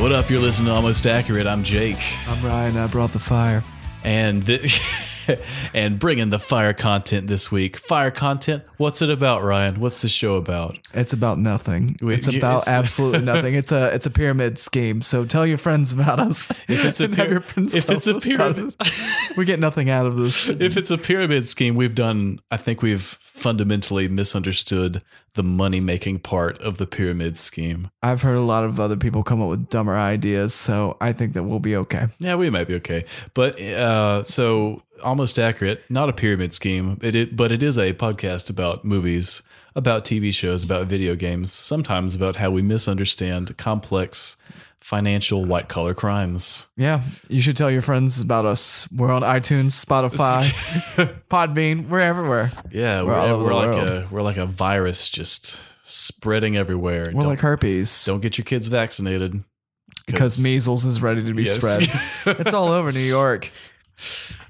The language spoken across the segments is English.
What up? You're listening to Almost Accurate. I'm Jake, I'm Ryan. I brought the fire. and th- and bringing the fire content this week. Fire content. What's it about, Ryan? What's the show about? It's about nothing. Wait, it's you- about it's- absolutely nothing. It's a it's a pyramid scheme. So tell your friends about us. If it's a And have pyra- your friends if tell it's a us about pyramid- us. we get nothing out of this. If it's a pyramid scheme, we've done. I think we've fundamentally misunderstood the money making part of the pyramid scheme. I've heard a lot of other people come up with dumber ideas, so I think that we'll be okay. Yeah, we might be okay, but uh, so almost accurate. Not a pyramid scheme. It, it but it is a podcast about movies, about TV shows, about video games. Sometimes about how we misunderstand complex financial white collar crimes. Yeah, you should tell your friends about us. We're on iTunes, Spotify, Podbean. We're everywhere. Yeah, we're, We're all over we're the like world. a we're like a virus just spreading everywhere. We're don't, like herpes don't get your kids vaccinated because measles is ready to be Yes. spread. it's all over New York.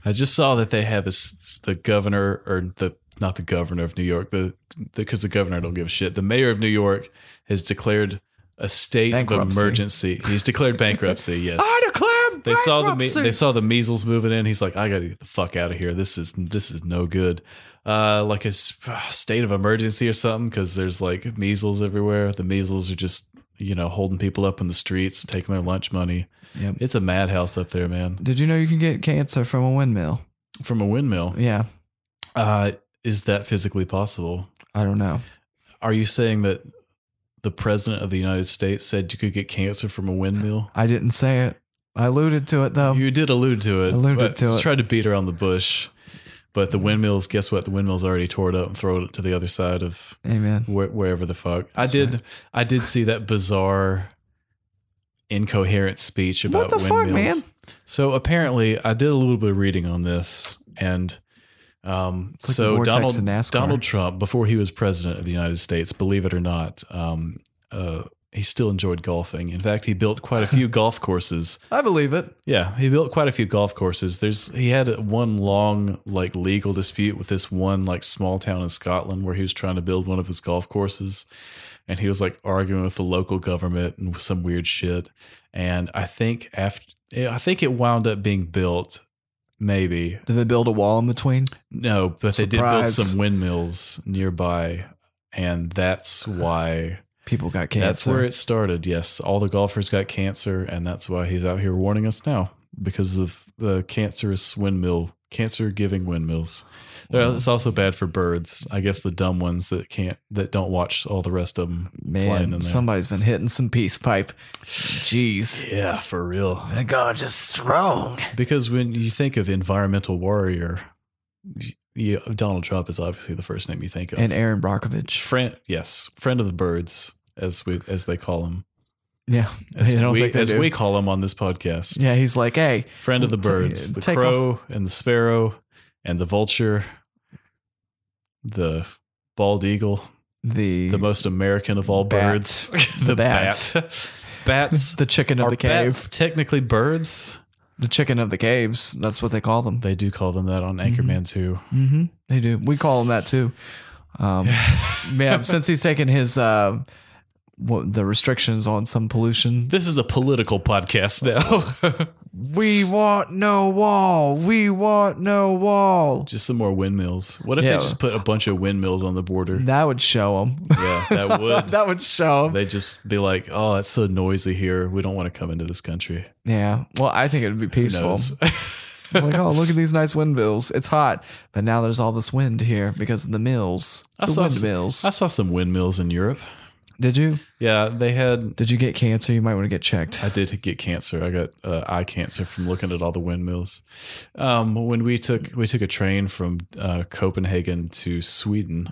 I just saw that they have this, the governor or the not the governor of New York, the because the, governor don't give a shit. The mayor of New York has declared a state Bankruptcy. of emergency. He's declared bankruptcy. Yes. declare They saw the me- they saw the measles moving in. He's like, I gotta get the fuck out of here. This is this is no good. Uh, like a s- state of emergency or something because there's like measles everywhere. The measles are just you know holding people up in the streets, taking their lunch money. Yep. It's a madhouse up there, man. Did you know you can get cancer from a windmill? From a windmill. Yeah, Uh, is that physically possible? I don't know. Are you saying that the president of the United States said you could get cancer from a windmill? I didn't say it. I alluded to it though. You did allude to it. Um, Alluded but to it. Tried to beat around the bush, but the windmills. Guess what? The windmills already tore it up and throw it to the other side of Amen. where, wherever the fuck. I did. right. I did see that bizarre, incoherent speech about the fuck, windmills. man? So apparently, I did a little bit of reading on this, and um, It's like the so vortex Donald in NASCAR. Donald Trump, before he was president of the United States, believe it or not, um, uh, he still enjoyed golfing. In fact, he built quite a few golf courses. I believe it. Yeah, he built quite a few golf courses. There's he had one long like legal dispute with this one like small town in Scotland where he was trying to build one of his golf courses and he was like arguing with the local government and some weird shit. And I think after I think it wound up being built maybe. Did they build a wall in between? No, but they did Surprise. build some windmills nearby and that's why People got cancer. that's where it started. Yes, all the golfers got cancer, and that's why he's out here warning us now because of the cancerous windmill, cancer giving windmills. They're- Mm-hmm. It's also bad for birds. I guess the dumb ones that can't that don't watch all the rest of them flying in man. there. Somebody's been hitting some peace pipe. Jeez. yeah, for real. That God is strong. Because when you think of environmental warrior, y- you, Donald Trump is obviously the first name you think of. And Aaron Brockovich. friend, yes, friend of the birds, as we as they call him, Yeah. as, I don't we, think they as do. we call him on this podcast. Yeah, he's like, hey, Friend of the Ta- birds, the take crow and the sparrow and the vulture, the bald eagle, the the most American of all Bat. birds, The the bat. bat. Bats the chicken of are the caves. bats technically birds. The chicken of the caves. That's what they call them. They do call them that on Anchorman 2. Mm-hmm. They do. We call him that too. Um, yeah, since he's taken his uh, what, the restrictions on some pollution, This is a political podcast now. we want no wall. We want no wall. just some more windmills. What if they Yeah. just put a bunch of windmills on the border? That would show him. yeah, that would. that would show him. They'd just be like, oh, it's so noisy here. We don't want to come into this country. Yeah. Well, I think it would be Who peaceful. knows? I'm like, oh, look at these nice windmills. It's hot, but now there's all this wind here because of the mills, I the saw s- windmills. I saw some windmills in Europe. Did you? Yeah, they had. Did you get cancer? You might want to get checked. I did get cancer. I got uh, eye cancer from looking at all the windmills. Um, when we took we took a train from uh, Copenhagen to Sweden,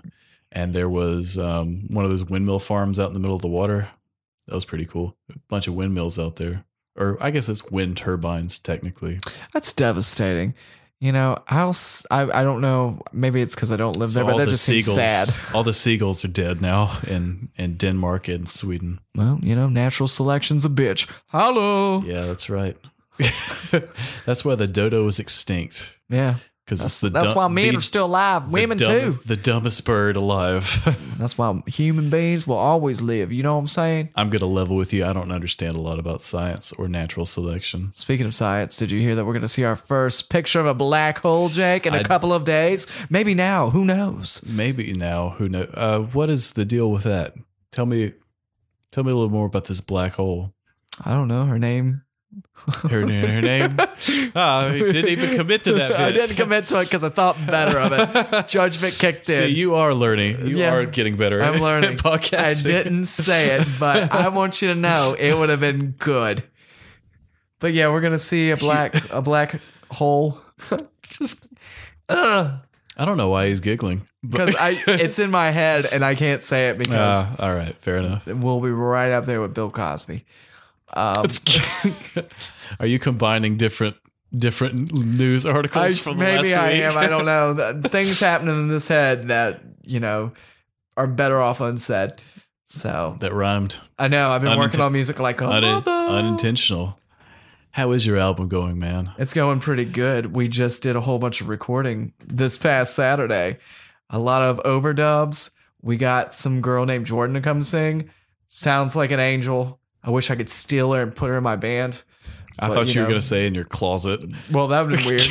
and there was um, one of those windmill farms out in the middle of the water. That was pretty cool. A bunch of windmills out there, or I guess it's wind turbines technically. That's devastating. You know, I'll. s- I, I don't know. Maybe it's because I don't live there, but that just seems sad. all the seagulls are dead now in in Denmark and Sweden. Well, you know, natural selection's a bitch. Hello. Yeah, that's right. that's why the dodo is extinct Yeah. because it's the That's dum- why men the- are still alive. the Women too. dumbest- The dumbest bird alive. That's why human beings will always live. You know what I'm saying? I'm gonna level with you. I don't understand a lot about science or natural selection. Speaking of science, did you hear that we're going to see our first picture of a black hole, Jake, in a I- couple of days? Maybe now. Who knows? Maybe now, who knows? Uh, what is the deal with that? Tell me, tell me a little more about this black hole. I don't know her name. Her, her name? Oh, he didn't even commit to that. Did I it? didn't commit to it because I thought better of it. Judgment kicked in. See, you are learning. You Yeah. are getting better. I'm at learning. I podcasting. didn't say it, but I want you to know it would have been good. But yeah, we're gonna see a black a black hole. Because I don't know why he's giggling. But, I, it's in my head and I can't say it because Ah, all right, fair enough. we'll be right up there with Bill Cosby. Um, Are you combining different different news articles I- from the maybe last I week? am. I don't know. Th- Things happening in this head that you know are better off unsaid. So that rhymed. I know I've been working Uninten- on music like a Unin- mother. unintentional. How is your album going, man? It's going pretty good. We just did a whole bunch of recording this past Saturday. A lot of overdubs. We got some girl named Jordan to come sing. Sounds like an angel. I wish I could steal her and put her in my band. I Well, thought you you, were know. going to say in your closet. Well, that would be weird.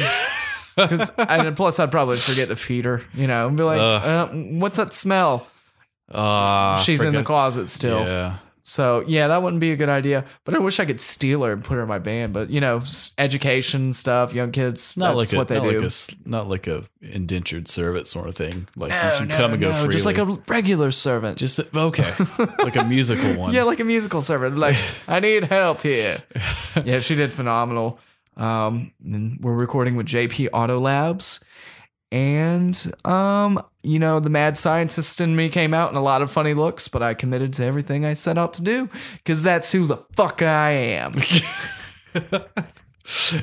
'Cause- and then plus, I'd probably forget to feed her, you know, and be like, uh, Ugh. what's that smell? Ah, I She's in the forgot- closet still. Yeah. So, yeah, that wouldn't be a good idea. But I wish I could steal her and put her in my band. But, you know, s- education stuff, young kids, Not that's like a, what they not do. Like a, s- not like a indentured servant sort of thing. Like No, you can Oh, no, come and go no, freely. Just like a regular servant. just okay, like a musical one. yeah, like a musical servant. Like, I need help here. Yeah, she did phenomenal. Um, and we're recording with JP Auto Labs. And um, you know, the mad scientist in me came out in a lot of funny looks, but I committed to everything I set out to do because that's who the fuck I am.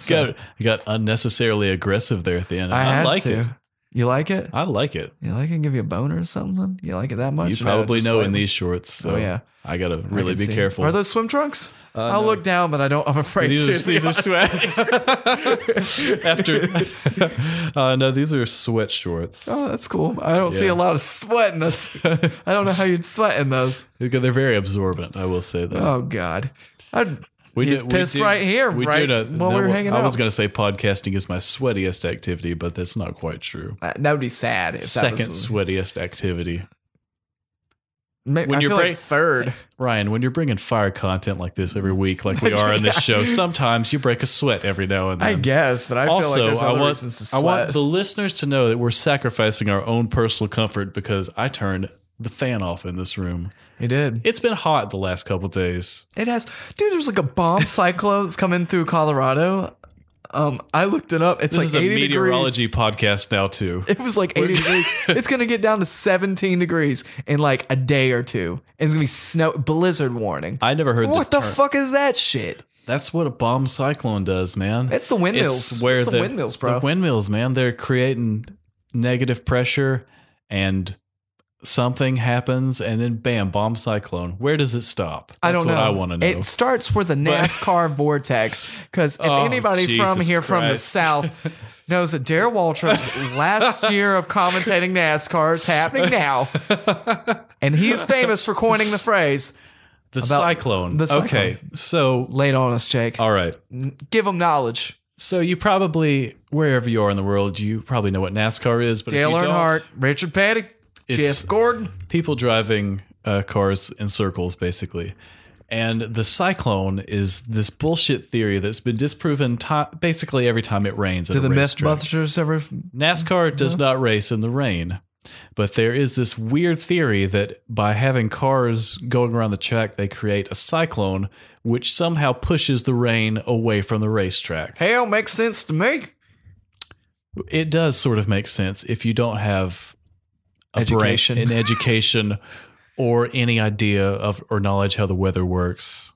got, got unnecessarily aggressive there at the end. I had like to. it. You like it? I like it. You like it? Give you a boner or something? You like it that much? You probably know in these. these shorts. So Oh, yeah. I gotta I really can be see. careful. Uh, Are those swim trunks? I'll no. look down, but I don't. I'm afraid these to. are, these are sweat. After, uh, no, these are sweat shorts. Oh, that's cool. I don't see Yeah. a lot of sweat in this. I don't know how you'd sweat in those. Because They're very absorbent. I will say that. Oh God, I'd, we he's did- we pissed did- right here. We right did a, when we were no, hanging I out. was going to say podcasting is my sweatiest activity, but that's not quite true. Uh, that would be sad. If Second that was, sweatiest activity. Ma- when I you're feel break- like third. Ryan, when you're bringing fire content like this every week, like we are in this show, sometimes you break a sweat every now and then. I guess, but I feel also, like there's I other want reasons to I sweat. want the listeners to know that we're sacrificing our own personal comfort because I turned the fan off in this room. you did. It's been hot the last couple days. It has, dude. There's like a bomb cyclone that's coming through Colorado. Um, I looked it up. It's This like is a 80 degrees. meteorology podcast now too. It was like 80 degrees. It's going to get down to 17 degrees in like a day or two. And it's going to be snow blizzard warning. I never heard what the, the, term. fuck is that shit? That's what a bomb cyclone does, man. It's the windmills. It's where It's the, the windmills, bro. The windmills, man. They're creating negative pressure, and something happens, and then bam, bomb cyclone. Where does it stop? That's I don't what know. I want to know. It starts with the NASCAR vortex because if Oh, anybody from Jesus here from the Christ. south knows that Darrell Waltrip's last year of commentating NASCAR is happening now, and he's famous for coining the phrase the about cyclone. the cyclone. Okay, so "Late on us, Jake." all right. Give him knowledge. So you probably wherever you are in the world, you probably know what NASCAR is, but Dale if you Earnhardt, don't, Richard Petty, It's- Jeff Gordon. people driving uh, cars in circles basically. And the cyclone is this bullshit theory that's been disproven to- basically every time it rains. at Do a the Mm-hmm. racetrack. Mythbusters ever? NASCAR does not race in the rain, but there is this weird theory that by having cars going around the track, they create a cyclone, which somehow pushes the rain away from the racetrack. Hell, makes sense to me. It does sort of make sense if you don't have a brain- Education. an education, or any idea of or knowledge how the weather works.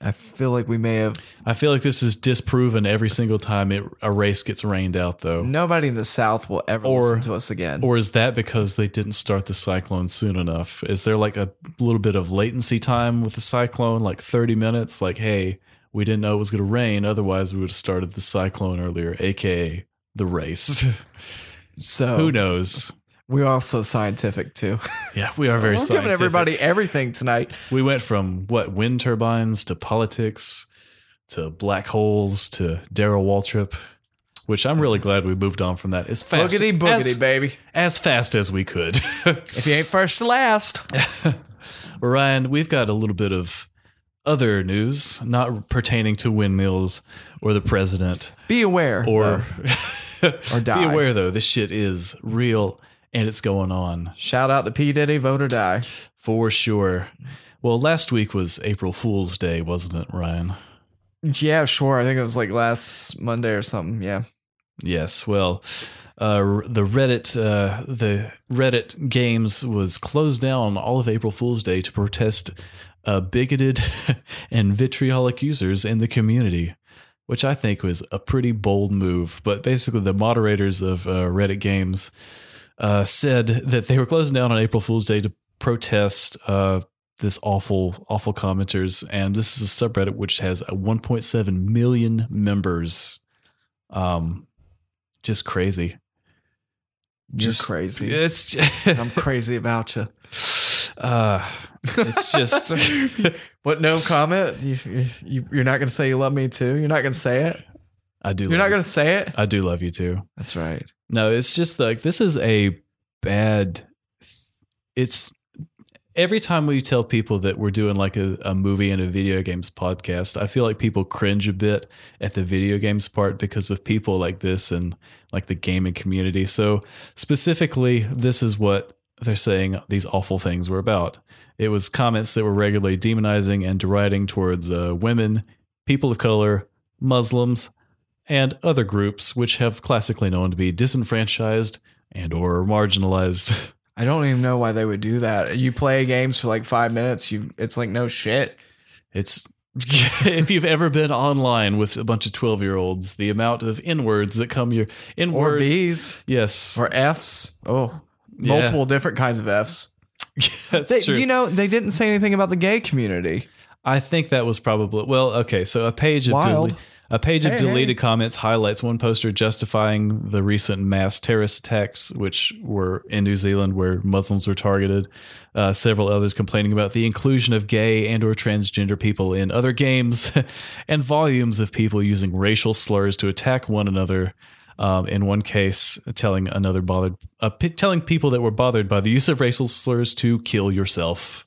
I feel like we may have. I feel like this is disproven every single time it, a race gets rained out, though. Nobody in the South will ever Or- listen to us again. Or is that because they didn't start the cyclone soon enough? Is there like a little bit of latency time with the cyclone, like 30 minutes? Like, hey, we didn't know it was going to rain. Otherwise, we would have started the cyclone earlier, AKA the race. so Who knows? We're all so scientific too. Yeah, we are very We're scientific. giving everybody everything tonight. we went from what wind turbines to politics to black holes to Daryl Waltrip, which I'm really glad we moved on from that as fast Boogity boogity, as, baby. as fast as we could. If you ain't first to last, Well, Ryan, we've got a little bit of other news not pertaining to windmills or the president be aware. or though. Or die. Be aware though, this shit is real and it's going on shout out to P Diddy, vote or die. for sure. Well, last week was April Fool's Day, wasn't it, Ryan? Yeah, sure. I think it was like last Monday or something. Yeah, Yes. Well, uh, the Reddit uh, the Reddit games was closed down all of April Fool's Day to protest uh, bigoted and vitriolic users in the community, which I think was a pretty bold move. But basically, the moderators of uh, Reddit games uh, said that they were closing down on April Fool's Day to protest uh, this awful, awful commenters. And this is a subreddit which has a 1.7 million members. Um, just crazy. just crazy. It's I'm crazy about you. just, uh, it's just. What? No comment. You, you, you're not gonna say you love me too. You're not gonna say it. I do. You're love not gonna say it. You. I do love you too. That's right. No, it's just like this is a bad. It's every time we tell people that we're doing like a, a movie and a video games podcast, I feel like people cringe a bit at the video games part because of people like this and like the gaming community. So, specifically, this is what they're saying these awful things were about. It was comments that were regularly demonizing and deriding towards uh, women, people of color, Muslims, and other groups which have classically known to be disenfranchised and or marginalized. I don't even know why they would do that. You play games for like five minutes. You, it's like no shit. It's if you've ever been online with a bunch of 12-year-olds, the amount of n-words that come your Or n-words. bees. Yes. or F's. Oh, Yeah. multiple different kinds of F's. That's They, true. you know, they didn't say anything about the gay community. I think that was probably well. Okay, so a page of Wild. dele- a page of Hey, hey. deleted comments highlights one poster justifying the recent mass terrorist attacks, which were in New Zealand where Muslims were targeted. Uh, several others complaining about the inclusion of gay and or transgender people in other games, and volumes of people using racial slurs to attack one another. Um, in one case, telling another bothered, uh, p- telling people that were bothered by the use of racial slurs to kill yourself.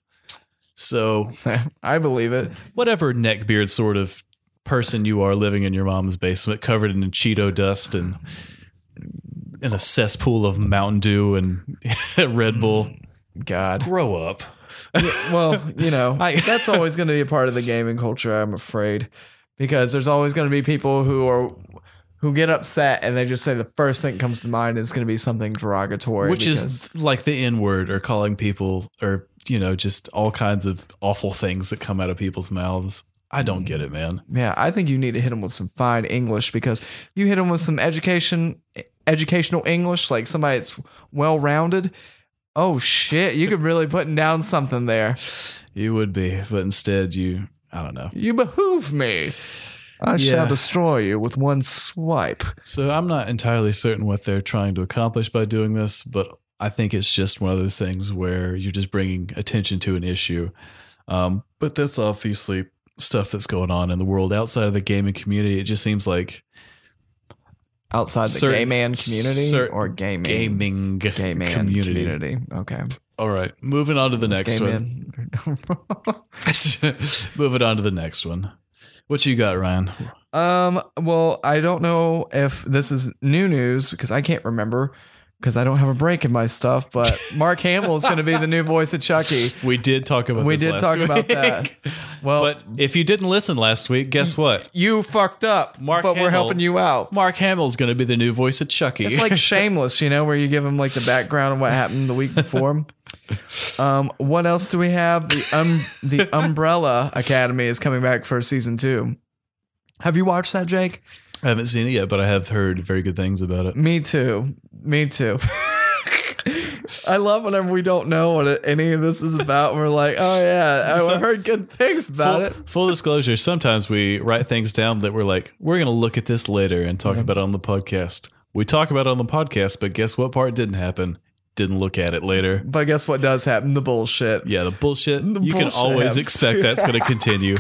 So I believe it. whatever neckbeard sort of person you are living in your mom's basement covered in cheeto dust and in a cesspool of mountain dew and red bull God. Mm. grow up Well, you know, I- that's always going to be a part of the gaming culture, I'm afraid, because there's always going to be people who are who get upset and they just say the first thing that comes to mind is going to be something derogatory, which because- is like the n word or calling people or you know just all kinds of awful things that come out of people's mouths i don't get it man Yeah, I think you need to hit them with some fine English because you hit them with some education, educational English, like somebody that's well rounded. Oh shit, you could really putting down something there. you would be but instead you i don't know You behoove me. I Yeah. shall destroy you with one swipe. So I'm not entirely certain what they're trying to accomplish by doing this, but I think it's just one of those things where you're just bringing attention to an issue. Um, but that's obviously stuff that's going on in the world outside of the gaming community. It just seems like Outside the Certain- gay man community certain or gaming gaming, gay man community. community. Okay. All right, moving on to the It's next gay one. man. Moving on to the next one. What you got, Ryan? Um, well, I don't know if this is new news because I can't remember because I don't have a break in my stuff, but Mark Hamill is going to be the new voice of Chucky. We did talk about. We this did last talk about week. that. Well, but if you didn't listen last week, guess what? you fucked up, Mark but we're Hamill- helping you out. Mark Hamill's going to be the new voice of Chucky. It's like Shameless, you know, where you give them like the background of what happened the week before. Um, what else do we have? The um, the Umbrella Academy is coming back for season two. Have you watched that, Jake? I haven't seen it yet, but I have heard very good things about it. Me too. Me too. I love whenever we don't know what it- any of this is about. and We're like, oh yeah, I heard good things about it. Full, full disclosure: sometimes we write things down that we're like, we're going to look at this later and Mm-hmm. talk about it on the podcast. We talk about it on the podcast, but guess what part didn't happen? Didn't look at it later. But guess what does happen? The bullshit. Yeah, the bullshit. you can bullshit always happens. expect that's going to continue.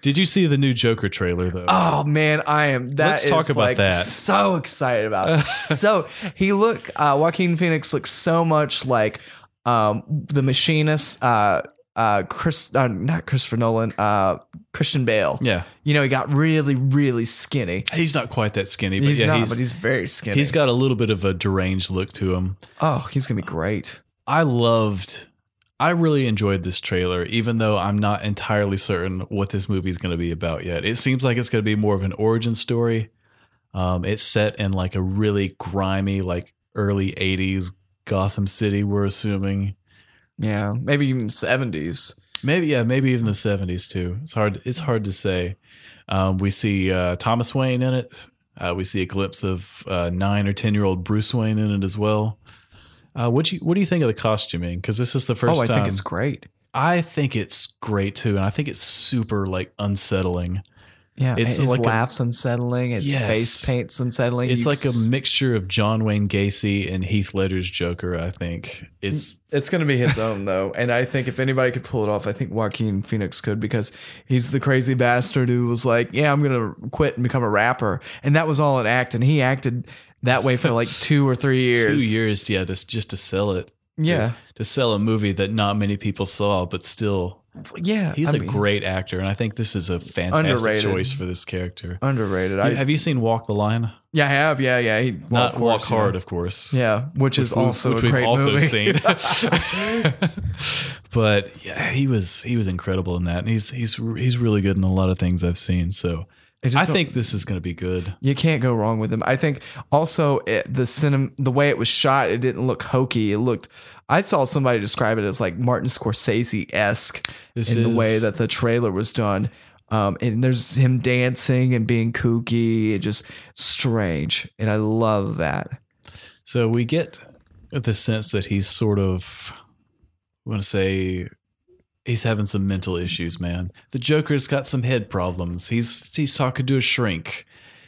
Did you see the new Joker trailer though? Oh man, I am. That Let's talk is, about like, that. So excited about. it. so he look. Uh, Joaquin Phoenix looks so much like um, the machinist. Uh, uh, Chris, uh, not Christopher Nolan. Uh, Christian Bale. yeah, You know, he got really, really skinny. he's not quite that skinny, but He's yeah, not, he's, but he's very skinny. he's got a little bit of a deranged look to him. Oh, he's gonna be great. I loved. I really enjoyed this trailer, even though I'm not entirely certain what this movie is going to be about yet. It seems like it's going to be more of an origin story. Um, it's set in like a really grimy, like early '80s Gotham City. We're assuming, Yeah, maybe even seventies. maybe yeah, maybe even the '70s too. It's hard. It's hard to say. Um, we see uh, Thomas Wayne in it. Uh, we see a glimpse of uh, nine or ten year old Bruce Wayne in it as well. Uh, what do you What do you think of the costuming? Because this is the Oh, first. I time- think it's great. I think it's great too, and I think it's super like unsettling. Yeah, It's it's his like a- laughs unsettling. It's Yes. face paints unsettling. It's You like a s- mixture of John Wayne Gacy and Heath Ledger's Joker. I think it's It's going to be his own though, and I think if anybody could pull it off, I think Joaquin Phoenix could because he's the crazy bastard who was like, "Yeah, I'm going to quit and become a rapper," and that was all an act, and he acted that way for like two or three years. two years, yeah, just just to sell it, Yeah, to sell a movie that not many people saw, but still, yeah. he's a a great actor, and I think this is a fantastic Underrated. choice for this character. underrated. You- I have you seen Walk the Line? yeah, I have yeah, yeah. He, well, not of course, Walk yeah. Hard, of course. Yeah, which, is We've- also which a we've great also movie. seen. but yeah, he was he was incredible in that, and he's he's he's really good in a lot of things I've seen. So just I don't- think this is going to be good. You can't go wrong with him. I think also it, the cinem- the way it was shot, it didn't look hokey. It looked. I saw somebody describe it as like Martin Scorsese esque in This the is- way that the trailer was done. Um, and there's him dancing and being kooky, and just strange, and I love that. So we get the sense that he's sort of I want to say he's having some mental issues, man. The Joker's got some head problems. He's he's talking to a shrink.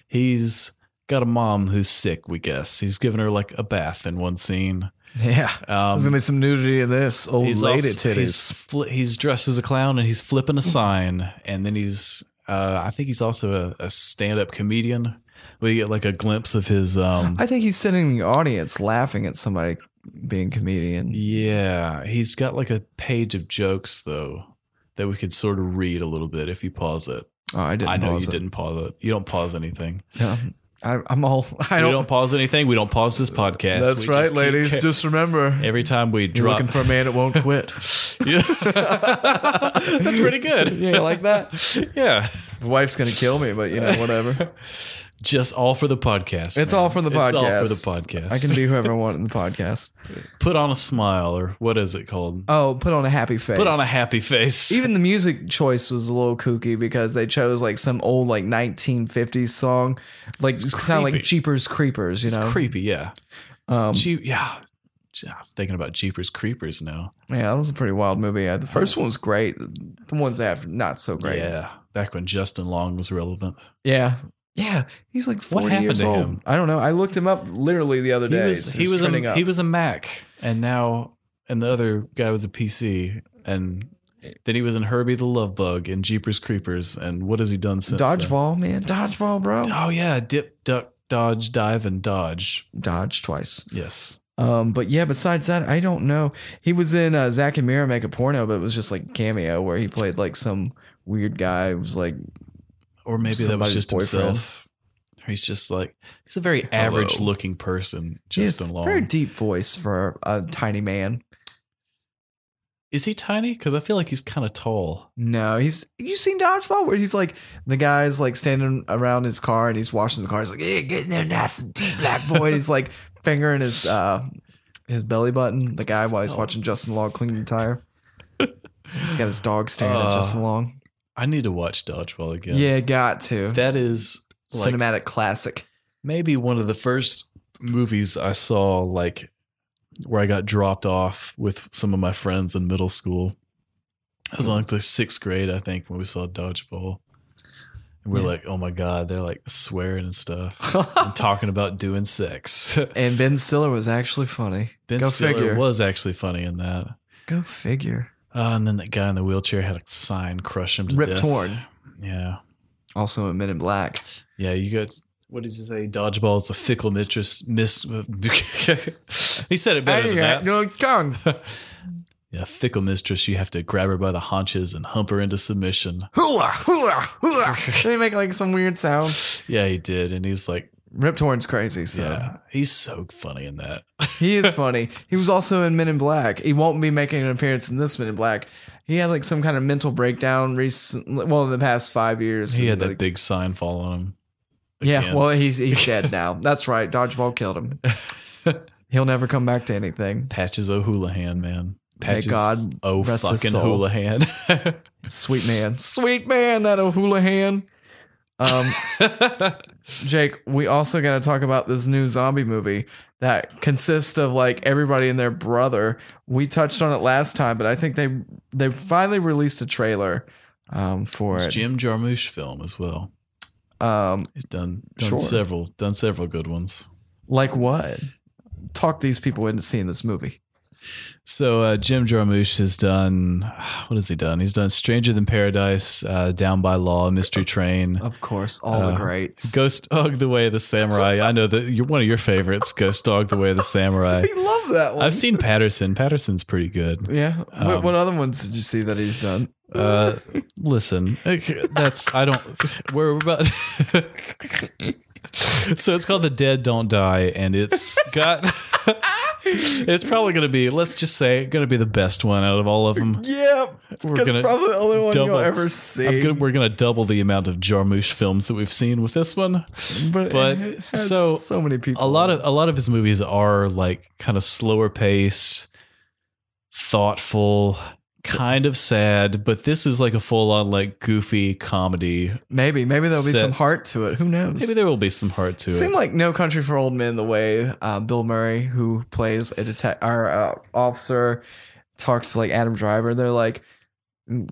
He's got a mom who's sick. We guess he's giving her like a bath in one scene. Yeah, Um, there's gonna be some nudity in this old he's lady also- titties. He's, fli he's dressed as a clown and he's flipping a sign, and then he's. Uh, I think he's also a, a stand-up comedian. We get like a glimpse of his. Um, I think he's sitting in the audience laughing at somebody being comedian. yeah, he's got like a page of jokes though that we could sort of read a little bit if you pause it. Oh, I didn't. I know pause you it. didn't pause it. You don't pause anything. Yeah. I, I'm all. I we don't. don't pause anything. We don't pause this podcast. That's We right, just keep- ladies. Just remember, every time we you're drop. looking for a man that won't quit. Yeah. That's pretty good. yeah, you like that? yeah. My wife's gonna kill me, but you know, whatever. Just all for the podcast. It's man. all for the It's all for podcast. the podcast. I can be whoever I want in the podcast. put on a smile or what is it called? Oh, put on a happy face. Put on a happy face. Even the music choice was a little kooky because they chose like some old like 1950s song, like sound like creepy. Jeepers Creepers, you know? creepy, yeah. Um, Gee, yeah. Gee, I'm thinking about Jeepers Creepers now. yeah, that was a pretty wild movie. Uh, The first one was great. The ones after, not so great. Yeah. Back when Justin Long was relevant. Yeah. Yeah. He's like 40 happened years to old. him? I don't know. I looked him up literally the other He day. was so he it's was trending a, up. he was a Mac and now and the other guy was a PC and then he was in Herbie the Love Bug and Jeepers Creepers and what has he done since? then? Dodgeball, man. Dodgeball, bro. Oh yeah, dip, duck, dodge, dive, and dodge. Dodge twice. Yes. Um, but yeah, besides that, I don't know. He was in uh, Zach and Mira make a porno, but it was just like cameo where he played like some weird guy who was like Or maybe that was Somebody's just boyfriend. himself. He's just like he's a very average looking person, just he has along. very deep voice for a tiny man. Is he tiny? Because I feel like he's kind of tall. No, he's you seen Dodgeball where he's like the guy's like standing around his car and he's washing the car. He's like, yeah, get in there nice and deep, black boy. he's like fingering his uh his belly button. The guy while he's watching Justin Long clean the tire. he's got his dog staring at Uh, Justin Long. I need to watch Dodgeball again. Yeah, got to that is like cinematic classic. maybe one of the first movies I saw like where I got dropped off with some of my friends in middle school. I was in, like the sixth grade, I think, when we saw Dodgeball. And we're Yeah. like, oh my God, they're like swearing and stuff and talking about doing sex. and Ben Stiller was actually funny. ben Go Stiller figure. was actually funny in that. Go figure. Uh, and then that guy in the wheelchair had a sign crush him to Rip death. Torn, Yeah. also in Men in Black. Yeah, you got. What does he say? Dodgeball is a fickle mistress. Miss. he said it better than that. no tongue. Yeah, fickle mistress. You have to grab her by the haunches and hump her into submission. hooah, hooah, hooah. they make like some weird sound. Yeah, he did, and he's like, Rip Torn's crazy, so yeah, he's so funny in that. he is funny. He was also in Men in Black. He won't be making an appearance in this Men in Black. He had like some kind of mental breakdown recent, well, in the past five years. he had And, that like- big sign fall on him. yeah. again. Well, he's he's dead now. That's right. Dodgeball killed him. He'll never come back to anything. Patches O'Houlihan, man. Patches God O rest his fucking soul. Houlihan. Sweet man, sweet man, that O'Houlihan. Um, Jake, we also got to talk about this new zombie movie that consists of like everybody and their brother. We touched on it last time, but I think they they finally released a trailer um, for it. Jim Jarmusch film as well. Um, He's done done Sure. several done several good ones. like what? Talk these people into seeing this movie. So uh, Jim Jarmusch has done what has he done? He's done Stranger Than Paradise, uh, Down by Law, Uh, Mystery Train, Of course, all Uh, the greats. Ghost Dog: The Way of the Samurai. I know that you're one of your favorites, Ghost Dog: The Way of the Samurai. I love that one. I've seen Patterson. Patterson's pretty good. yeah. what, Um, what other ones did you see that he's done? Uh, listen, that's I don't. We're about. so it's called The Dead Don't Die, and it's got. it's probably going to be, let's just say, going to be the best one out of all of them. Yeah, We're that's gonna probably the only one double- you'll ever see. I'm gonna, we're going to double the amount of Jarmusch films that we've seen with this one. but But it has so, so many people. a lot of a lot of his movies are like kind of slower paced, thoughtful, kind of sad. But this is like a full on like goofy comedy. maybe maybe there'll be Set. some heart to it. Who knows? Maybe there will be some heart to Seemed it. like No Country for Old Men the way uh, Bill Murray, who plays a detect or uh, officer, talks to like Adam Driver. They're like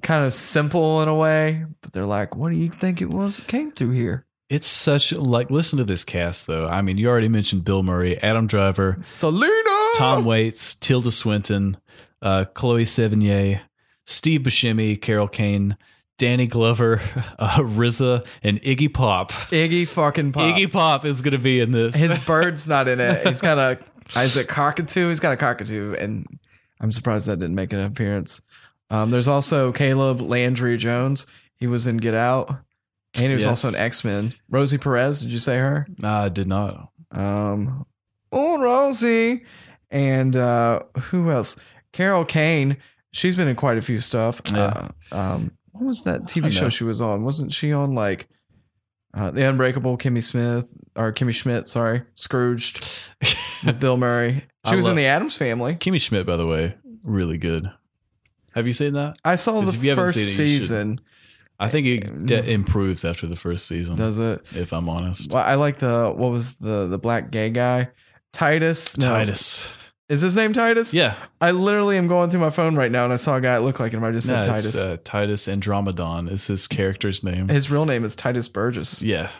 kind of simple in a way, but they're like, "What do you think it was that came through here?" It's such like listen to this cast though. I mean, you already mentioned Bill Murray, Adam Driver, Selena, Tom Waits, Tilda Swinton, uh, Chloe Sevigny, Steve Buscemi, Carol Kane, Danny Glover, uh, RZA, and Iggy Pop. Iggy fucking Pop. Iggy Pop is going to be in this. His bird's not in it. He's got a is it cockatoo? He's got a cockatoo, and I'm surprised that didn't make an appearance. Um, there's also Caleb Landry Jones. He was in Get Out, and he was Yes. also in X Men. Rosie Perez, did you say her? Nah, I did not. Um, oh Rosie, and uh, who else? Carol Kane. She's been in quite a few stuff. Yeah. Uh, um, what was that TV I show know. she was on? Wasn't she on like uh, The Unbreakable Kimmy Smith or Kimmy Schmidt? Sorry, Scrooged with Bill Murray. She I was in love- The Adams Family. Kimmy Schmidt, by the way, really good. Have you seen that? I saw If you the haven't first seen it, you should. season. I think it de- improves after the first season. uh, Does it? if I'm honest, Well, I like the what was the the black gay guy, Titus. No. Titus. is his name Titus? Yeah, I literally am going through my phone right now and I saw a guy that looked like him. I just no, said Titus. Titus. It's, uh, Titus Andromedon is his character's name. His real name is Titus Burgess. yeah,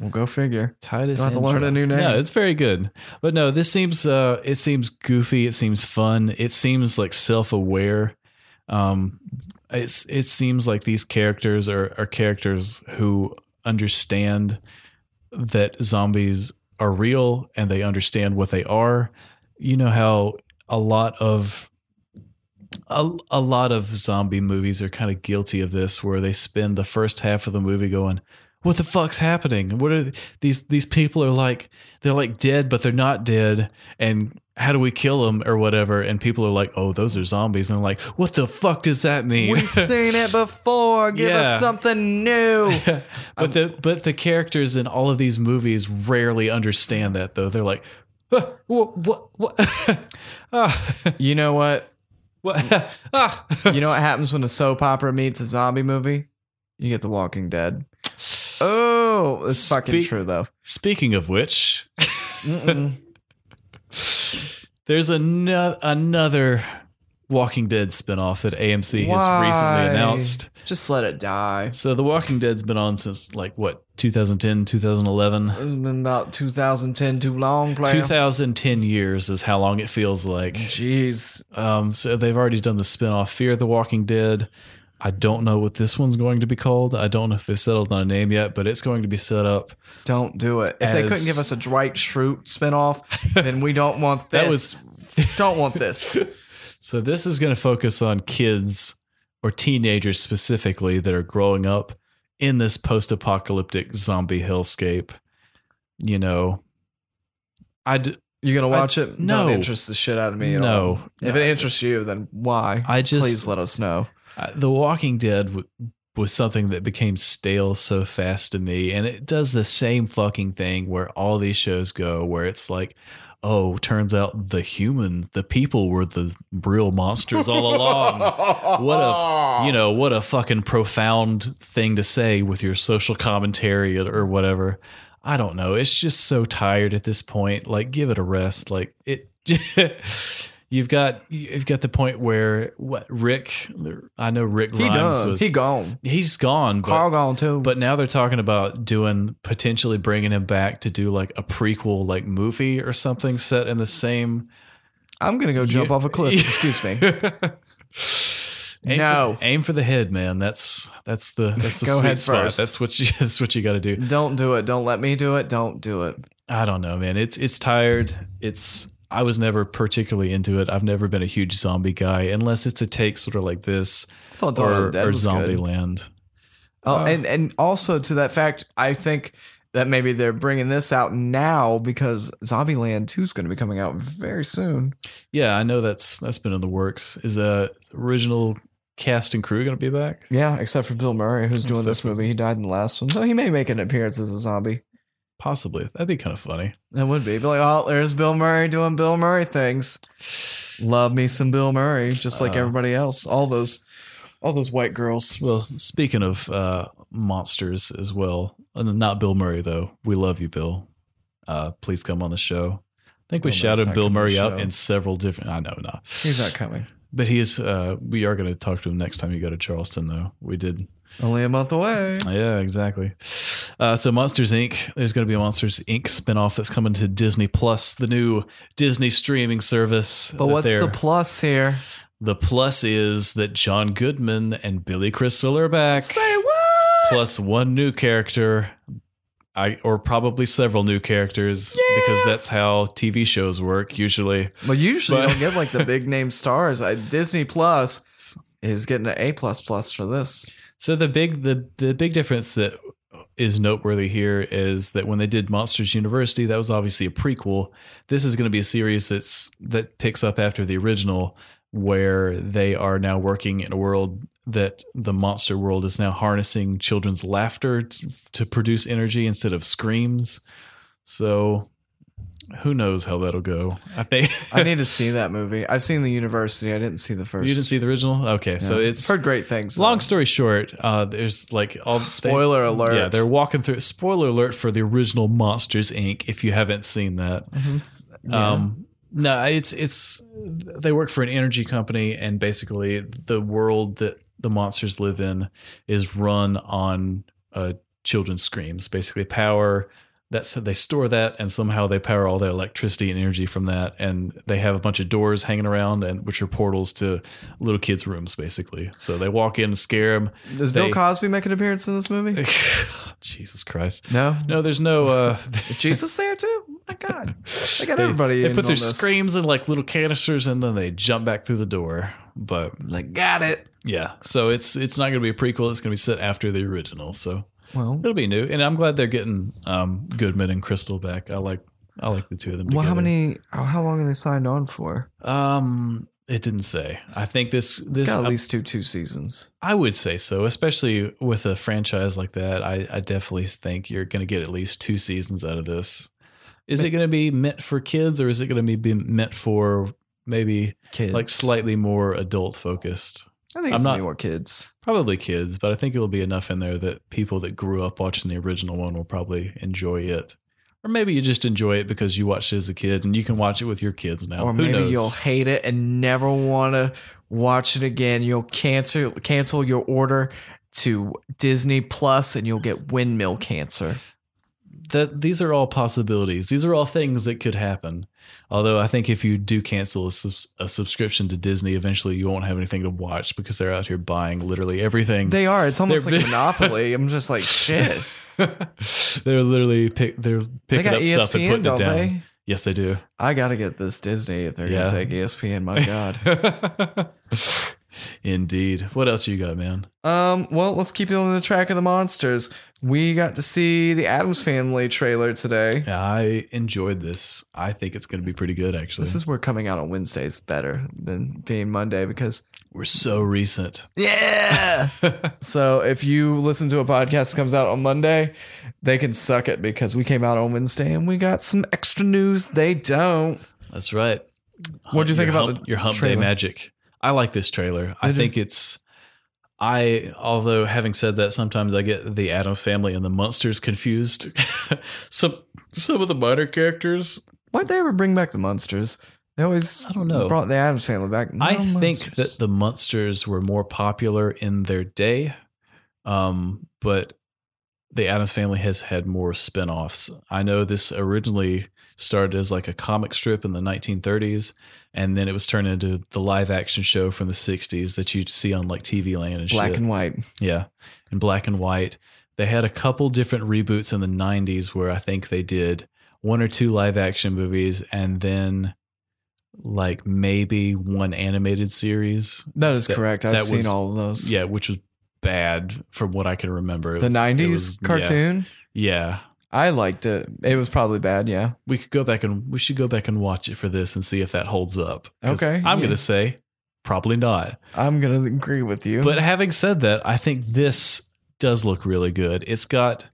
We'll go figure. Titus. You'll have to learn a Andro- new name. No, it's very good. But no, this seems uh, it seems goofy. It seems fun. It seems like self aware. Um, it's it seems like these characters are are characters who understand that zombies are real and they understand what they are. you know how a lot of a, a lot of zombie movies are kind of guilty of this where they spend the first half of the movie going what the fuck's happening what are th- these these people are like they're like dead but they're not dead and how do we kill them or whatever and people are like oh those are zombies and they're like what the fuck does that mean We've seen it before. Give Yeah. us something new. but the but the characters in all of these movies rarely understand that though they're like "Huh, what what what ah, you know what? what ah." You know what happens when a soap opera meets a zombie movie? You get The Walking Dead. Oh, it's fucking Speak- true though. Speaking of which, Mm-mm. there's another another Walking Dead spinoff that AMC has Why? recently announced. Just let it die. So The Walking Dead's been on since like what 2010, 2011. It's been about 2010 too long, player. 2010 years is how long it feels like. Jeez. Um, so they've already done the spinoff Fear the Walking Dead. I don't know what this one's going to be called. I don't know if they've settled on a name yet, but it's going to be set up. Don't do it. If they As- couldn't give us a Dwight Schrute spinoff, then we don't want this. That don't want this. So this is going to focus on kids or teenagers specifically that are growing up in this post-apocalyptic zombie hellscape. You know, I d- You're gonna I- watch it? no. Don't interest the shit out of me at all. No. If it interests you, then why? I just- please let us know. I- The Walking Dead w- was something that became stale so fast to me, and it does the same fucking thing where all these shows go, where it's like, oh, turns out the human, the people were the real monsters all along. what Oh. a, you know, what a fucking profound thing to say with your social commentary or- or whatever. I don't know. It's just so tired at this point. Like, give it a rest. Like it. You've got you've got the point where what Rick I know Rick He Grimes done. was He gone. he's gone but, Carl gone too. but now they're talking about doing potentially bringing him back to do like a prequel like movie or something set in the same I'm gonna go jump You- off a cliff. Excuse me. Aim No. for, aim for the head, man. That's that's the that's the Go sweet head spot. first. That's what you that's what you got to do. Don't do it. Don't let me do it. Don't do it. I don't know, man. It's it's tired. It's I was never particularly into it. I've never been a huge zombie guy unless it's a take sort of like this I thought Dawn or, of the Dead or was good. Zombieland. Oh, and and also to that fact, I think that maybe they're bringing this out now because Zombieland Two is going to be coming out very soon. Yeah, I know that's that's been in the works. Is uh original cast and crew going to be back? Yeah, except for Bill Murray, who's doing this movie. He died in the last one, so he may make an appearance as a zombie. Possibly. That'd be kind of funny. That would be, be like, oh, there's Bill Murray doing Bill Murray things. Love me some Bill Murray, just like Uh. everybody else. All those, all those white girls. Well, speaking of uh, monsters as well, and not Bill Murray though. We love you, Bill. Uh, please come on the show. I think we Bill Murray's shouted not Bill coming on the Murray out show. in several different. I know not, He's not coming. but he is. Uh, we are going to talk to him next time you go to Charleston, though. We did. Only a month away. Yeah, exactly. Uh, so Monsters Inc. There's going to be a Monsters Inc. spinoff that's coming to Disney Plus, the new Disney streaming service. But what's the plus? plus here? the plus is that John Goodman and Billy Crystal are back. Say what? plus one new character I, or probably several new characters because that's how TV shows work usually. Well, usually But- you don't get like the big name stars. I, Disney Plus is getting an A plus plus for this. So the big the the big difference that is noteworthy here is that when they did Monsters University, that was obviously a prequel. This is going to be a series that's that picks up after the original, where they are now working in a world that the monster world is now harnessing children's laughter t- to produce energy instead of screams. So who knows how that'll go? I think I need to see that movie. I've seen the University. I didn't see the first. you didn't see the original. Okay, so Yeah. it's heard great things. Long though. story short, uh, there's like all they- Spoiler alert. Yeah, they're walking through. Spoiler alert for the original Monsters Inc. If you haven't seen that, Mm-hmm. um, no, it's it's they work for an energy company, and basically the world that the monsters live in is run on uh, children's screams. Basically, power. That's they store that, and somehow they power all their electricity and energy from that. And they have a bunch of doors hanging around, and which are portals to little kids' rooms, basically. So they walk in, scare them. Does they- Bill Cosby make an appearance in this movie? Jesus Christ! No. No, there's no. Uh, Is Jesus there too? my god! They got They, everybody. they in put their on this. screams in like little canisters and then they jump back through the door. But Like, got it. yeah, so it's it's not going to be a prequel. It's going to be set after the original. So Well, it'll be new, and I'm glad they're getting um, Goodman and Crystal back. I like I like the two of them. well, how together. many? How how long are they signed on for? Um, it didn't say. I think this this Got at I- least two two seasons. I would say so, especially with a franchise like that. I, I definitely think you're going to get at least two seasons out of this. Is it going to be meant for kids or is it going to be meant for maybe Kids, like slightly more adult focused? I think I'm it's not- more kids. Probably kids, but I think it'll be enough in there that people that grew up watching the original one will probably enjoy it. Or maybe you just enjoy it because you watched it as a kid and you can watch it with your kids now. or Who maybe knows? you'll hate it and never want to watch it again. You'll cancel cancel your order to Disney Plus, and you'll get windmill cancer. that these are all possibilities. These are all things that could happen. Although I think if you do cancel a, subs- a subscription to Disney, eventually you won't have anything to watch because they're out here buying literally everything. They are. It's almost They're like bi- Monopoly. I'm just like shit. they're literally pick they're They picking got E up stuff and ESPN, putting it don't down. they? Yes, they do. I gotta get this Disney if they're Yeah. gonna take E ESPN. My God. Indeed. What else you got, man? Um, well, let's keep on the track of the monsters. We got to see the Adams Family trailer today. I enjoyed this. I think it's going to be pretty good, actually. This is where coming out on Wednesdays better than being Monday because We're so recent. yeah. so if you listen to a podcast that comes out on Monday, they can suck it because we came out on Wednesday and we got some extra news. They don't. That's right. What'd you Your think about hump- the your hump day trailer? magic? I like this trailer. I Did you? think it's. I although having said that, sometimes I get the Adams family and the monsters confused. some some of the minor characters. Why'd they ever bring back the monsters? They always I don't know. brought the Adams family back. I No think monsters. that the monsters were more popular in their day, um, but the Adams family has had more spin-offs. I know this originally started as like a comic strip in the 1930s, and then it was turned into the live-action show from the 60s that you see on like TV Land and black shit. and white. Yeah. In black and white. They had a couple different reboots in the 90s where I think they did one or two live action movies and then like maybe one animated series. That is That- correct. I've that seen was- all of those. Yeah, which was bad from what I can remember. It the was- it 90s was- yeah. cartoon. Yeah. I liked it. It was probably bad, yeah. We could go back and we should go back and watch it for this and see if that holds up. 'Cause Okay, I'm yeah. going to say probably not. I'm gonna agree with you. But having said that, I think this does look really good. It's got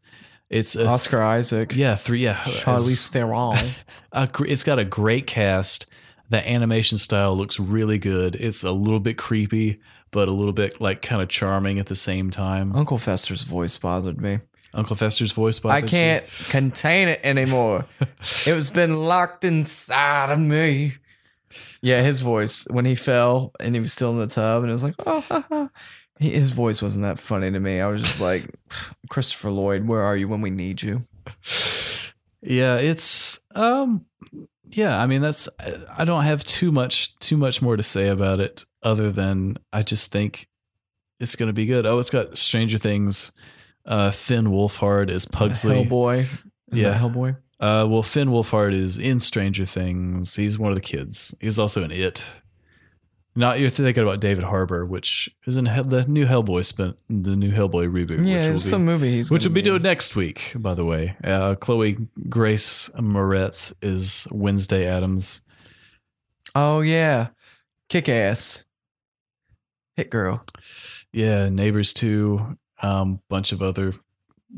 it's a Oscar Isaac, uh, Yeah, three. Yeah, Charlize Theron. a gr- it's got a great cast. The animation style looks really good. It's a little bit creepy, but a little bit like kind of charming at the same time. Uncle Fester's voice bothered me. Uncle Fester's voice by I can't contain it anymore. it was been locked inside of me. Yeah, his voice when he fell and he was still in the tub and it was like, oh, ha, ha. He- his voice wasn't that funny to me. I was just like, Christopher Lloyd, where are you when we need you? Yeah, it's um, yeah. I mean, that's I- I don't have too much too much more to say about it other than I just think it's gonna be good. Oh, it's got Stranger Things. Uh, Finn Wolfhard is Pugsley. Hellboy. Is Yeah. that Hellboy. Uh, well, Finn Wolfhard is in Stranger Things. He's one of the kids. He's also in It. Not you're thinking about David Harbour, which is in Hel- the new Hellboy spin, the new Hellboy reboot, which will Yeah, be, there's some movie he's which gonna will be in. doing next week. By the way, uh, Chloe Grace Moretz is Wednesday Adams. Oh yeah, kick ass, hit girl. Yeah, Neighbors two, um, bunch of other.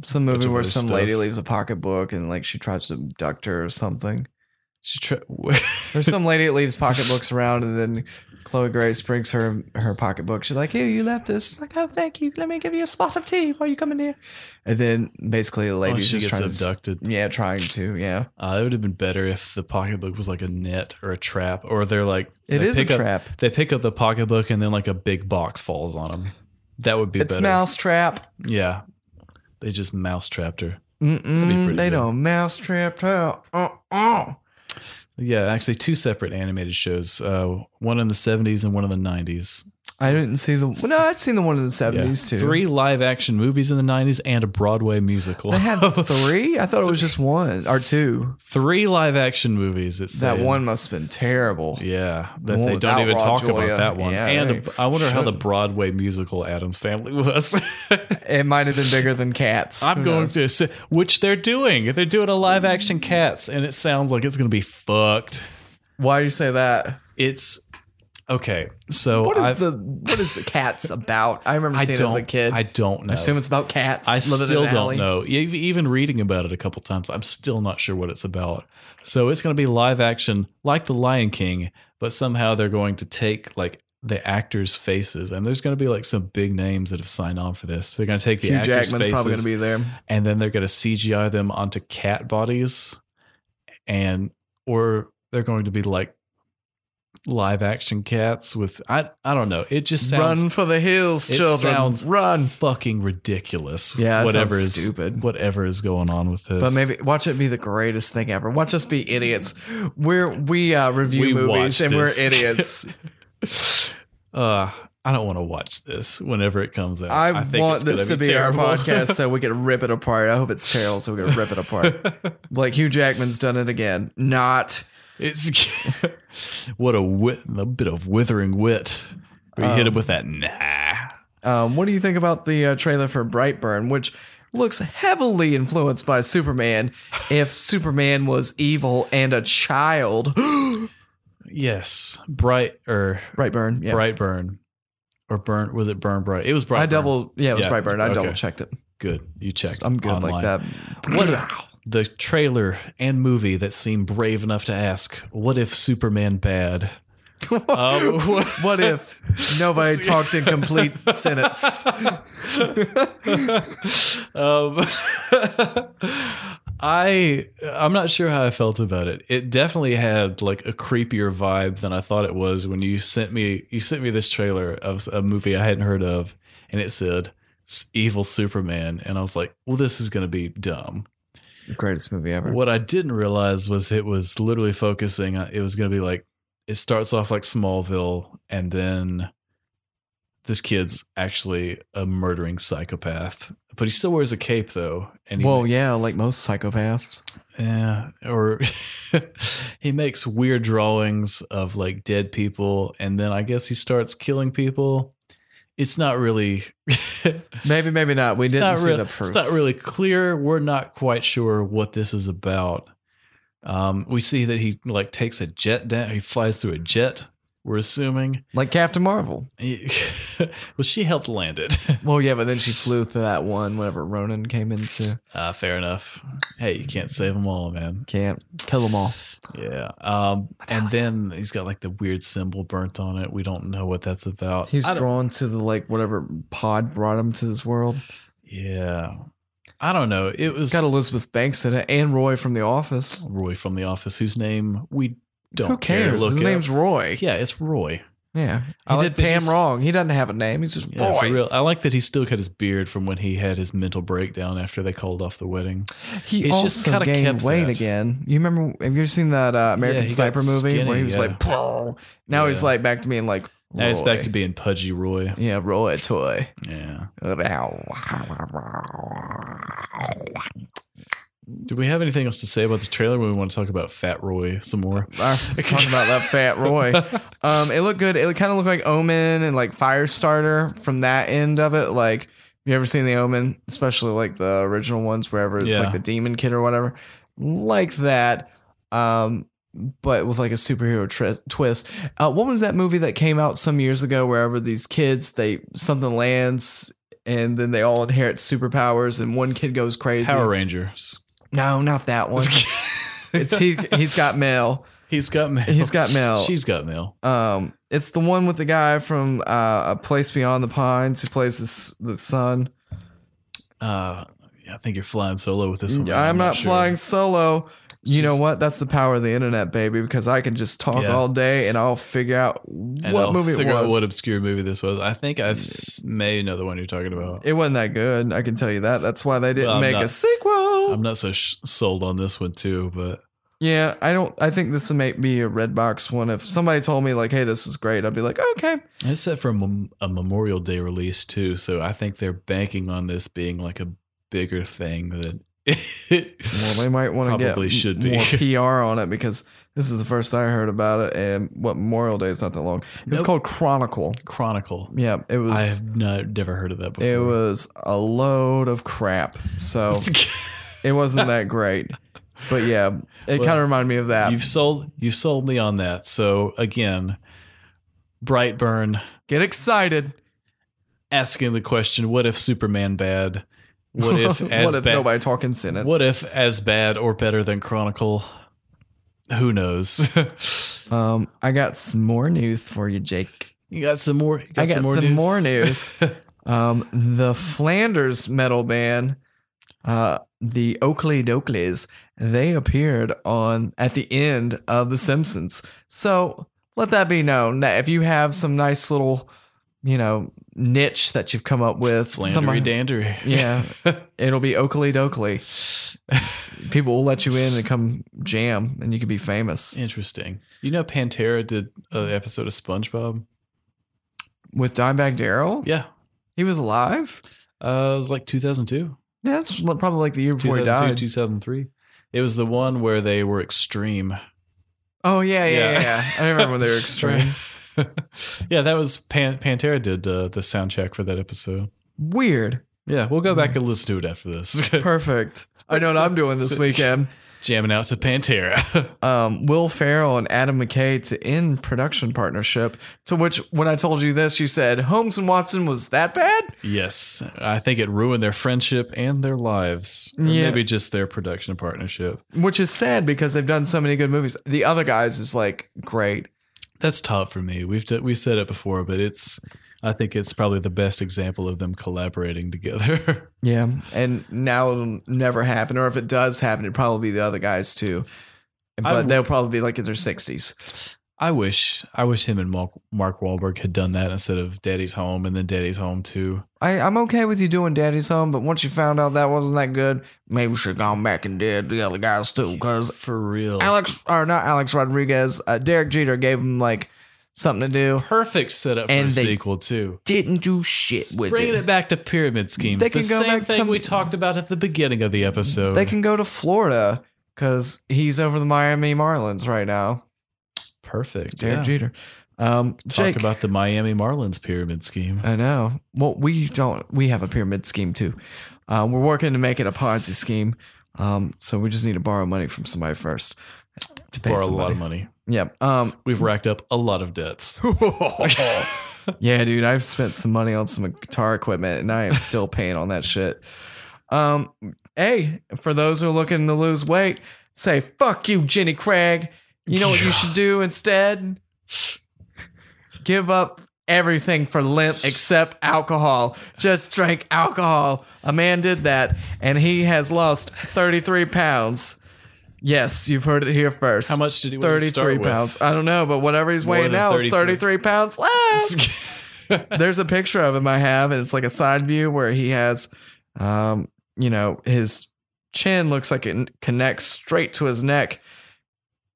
Some movie of where those some lady stuff. leaves a pocketbook and like she tries to abduct her or something. She tra- There's some lady that leaves pocketbooks around and then Chloe Grace brings her her pocketbook. She's like, "Here, you left this." She's like, "Oh, thank you. Let me give you a spot of tea while you come in here." And then basically the lady oh, she just gets trying to- abducted. yeah, trying to. Yeah, Uh, it would have been better if the pocketbook was like a net or a trap, or they're like It they is a pick up- trap. they pick up the pocketbook and then like a big box falls on them. That would be it's better. mousetrap. yeah, they just mouse trapped her. Mm-mm, pretty they good. don't mousetrap out. Uh-uh. Yeah, actually, two separate animated shows. Uh, one in the '70s and one in the '90s. I didn't see the. Well, no, I'd seen the one in the Yeah. seventies too. Three live action movies in the 90s and a Broadway musical. I had three. I thought it was just one or two. Three live action movies. It's That one must have been terrible. Yeah, The that one they with don't even Outlaw talk Julia. about that one. Yeah, and they I wonder how the shouldn't. Broadway musical Adams Family was. It might have been bigger than cats. I'm Who going knows? to say, which they're doing. They're doing a live action Cats, and it sounds like it's going to be fucked. Why do you say that? It's okay. So What is I've- the what is the cats about? I remember I seeing it as a don't. kid. I don't know. I assume it's about cats. I living in still an don't alley. know. E- Even reading about it a couple times, I'm still not sure what it's about. So it's going to be live action, like The Lion King, but somehow they're going to take like the actors' faces, and there's going to be like some big names that have signed on for this. They're going to take the Hugh actors' Jackman's probably going faces, to be there. and then they're going to CGI them onto cat bodies, and or they're going to be like live action cats with I I don't know. It just sounds Run for the hills, it children. sounds Run. fucking ridiculous. Yeah, that whatever sounds is stupid. Whatever is going on with this, But maybe watch it be the greatest thing ever. Watch us be idiots. We're we uh, review We movies watch this. and we're idiots. uh, I don't want to watch this whenever it comes out. I, think want it's gonna this to be terrible. our podcast so we can rip it apart. I hope it's terrible so we can rip it apart. like Hugh Jackman's done it again. Not. it's what a wit, a bit of withering wit. We hit him with that nah. Um, what do you think about the uh, trailer for Brightburn, which looks heavily influenced by Superman? If Superman was evil and a child, Yes, bright er, or Brightburn, yeah, bright burn or burn was it burn bright? It was bright. I double, yeah, it was Yeah, Brightburn. I okay. double checked it. good. You checked. I'm good online. like that. What a- the trailer and movie that seemed brave enough to ask, "What if Superman bad?" Um, What if nobody talked in complete sentence? um, I I'm not sure how I felt about it. It definitely had like a creepier vibe than I thought it was when you sent me you sent me this trailer of a movie I hadn't heard of, and it said "S- "Evil Superman," and I was like, "Well, this is going to be dumb." Greatest movie ever. What I didn't realize was it was literally focusing. on- It was going to be like it starts off like Smallville, and then this kid's actually a murdering psychopath, but he still wears a cape though. And he Well, makes- yeah, like most psychopaths. yeah, or he makes weird drawings of like dead people, and then I guess he starts killing people. It's not really. Maybe, maybe not. We didn't not see real- the proof. It's not really clear. We're not quite sure what this is about. Um, we see that he like takes a jet down. He flies through a jet. We're assuming. like Captain Marvel. He- well, she helped land it. Well, yeah, but then she flew through that one whenever Ronan came into Uh, fair enough. Hey, you can't save them all, man. camp. Kill them all. Yeah. Um, and then he's got like the weird symbol burnt on it. We don't know what that's about. He's I don't- drawn to the like whatever pod brought him to this world. yeah. I don't know. It It's was got Elizabeth Banks in it and Roy from The Office. Roy from The Office, whose name we don't Who care to cares? Look His up. name's Roy. yeah, it's Roy. Yeah. He I like did that Pam he's- wrong. He doesn't have a name. He's just Yeah, for Roy. real. I like that he still got his beard from when he had his mental breakdown after they called off the wedding. He He's also just kinda gained kept weight that. again. You remember? Have you ever seen that uh, American he got Sniper movie where skinny, he was yeah. like, "Pow." now he's Yeah. like back to being like, Now he's back Roy. to being pudgy Roy. yeah, Roy toy. Yeah. Our Do we have anything else to say about the trailer? When we want to talk about Fat Roy some more. Ah, Talking Uh, about that fat Roy. Um, it looked good. It kind of looked like Omen and like Firestarter from that end of it. Like, you ever seen the Omen, especially like the original ones, wherever it's Yeah. like the demon kid or whatever, like that. Um, but with like a superhero tri- twist. Uh, what was that movie that came out some years ago? Wherever these kids, they something lands. And then they all inherit superpowers, and one kid goes crazy. Power Rangers. No, not that one. it's he. He's got mail. He's got mail. He's got mail. She's got mail. Um, it's the one with the guy from uh, a place beyond the pines who plays this, the son. Uh, I think you're flying solo with this one. I'm, not, sure. flying solo. You know what? That's the power of the internet, baby. Because I can just talk Yeah. all day and I'll figure out what And I'll movie it figure out was. what obscure movie this was. I think I may know the one you're talking about. it wasn't that good. I can tell you that. That's why they didn't Well, I'm make a not- sequel. I'm not so sh- sold on this one too, but Yeah, I don't. I think this might be a red box one. If somebody told me like, "Hey, this was great," I'd be like, "Okay." And it's set for a, mem- a Memorial Day release too, so I think they're banking on this being like a bigger thing that. Well, they might want to get Probably should m- more be. PR on it because this is the first I heard about it, and what Memorial Day is not that long. It's Nope. called Chronicle. Chronicle. Yeah, it was. I have not, never heard of that before. It was a load of crap. So it wasn't that great. But yeah, it Well, kind of reminded me of that. you've sold you've sold me on that. So again, Brightburn Get excited. asking the question: What if Superman bad? What if as what if bad? nobody talking sentence? What if as bad or better than Chronicle? Who knows? Um, I got some more news for you, Jake. you got some more. You got I got some more the news. more news. um, the Flanders metal band, uh, the Oakley Dokleys, they appeared on at the end of The Simpsons. So let that be known that if you have some nice little, you know, niche that you've come up with, Flandery some- Dandery. yeah, it'll be Oakley Dokley. People will let you in and come jam, and you can be famous Interesting. You know, Pantera did an episode of SpongeBob. with Dimebag Daryl. Yeah, He was alive. uh, it was like 2002. Yeah, that's li- probably like the year before he 2002, died. 2003. It was the one where they were extreme. Oh yeah, yeah, Yeah. yeah. yeah. I remember when they were extreme. yeah, that was Pan- Pantera did uh, the soundtrack for that episode. Weird. Yeah, we'll go back and listen to it after this. Perfect. I know what I'm doing this weekend. Jamming out to Pantera. Um, Will Farrell and Adam McKay to end production partnership. To which, when I told you this, you said Holmes and Watson was that bad. yes, I think it ruined their friendship and their lives. Or Yeah. Maybe just their production partnership. which is sad because they've done so many good movies. The other guys is like great. That's top for me. We've d- we've said it before, but it's I think it's probably the best example of them collaborating together. Yeah, and now it'll never happen, or if it does happen, it'd probably be the other guys too. But w- they'll probably be like in their sixties. I wish I wish him and Mark Mark Wahlberg had done that instead of Daddy's Home and then Daddy's Home Two. I'm okay with you doing Daddy's Home, but once you found out that wasn't that good, maybe we should have gone back and did the other guys too. Because For real, Alex, or not Alex Rodriguez, uh, Derek Jeter gave him like something to do. perfect setup for And a they- sequel too. Didn't do shit with Bringing it. it. back to pyramid schemes. They the can go same back thing to- we talked about at the beginning of the episode. They can go to Florida because he's over the Miami Marlins right now. Perfect. Derek yeah. Jeter. Um, Talk Jake, about the Miami Marlins pyramid scheme. I know. Well, we don't. We have a pyramid scheme too. Uh, we're working to make it a Ponzi scheme. Um, so we just need to borrow money from somebody first. To pay Borrow a lot somebody. of money. Yep. Um, We've racked up a lot of debts. yeah, dude. I've spent some money on some guitar equipment, and I am still paying on that shit. Um, hey, for those who are looking to lose weight, say fuck you, Jenny Craig. You know what you should do instead? Give up everything for Lent except alcohol. Just drink alcohol. A man did that, and he has lost 33 pounds. Yes, you've heard it here first. How much did he- what did he 33 start with? pounds. I don't know, but whatever he's than weighing now is 33. 33 pounds less. There's a picture of him I have, and it's like a side view where he has, um, you know, his chin looks like it connects straight to his neck.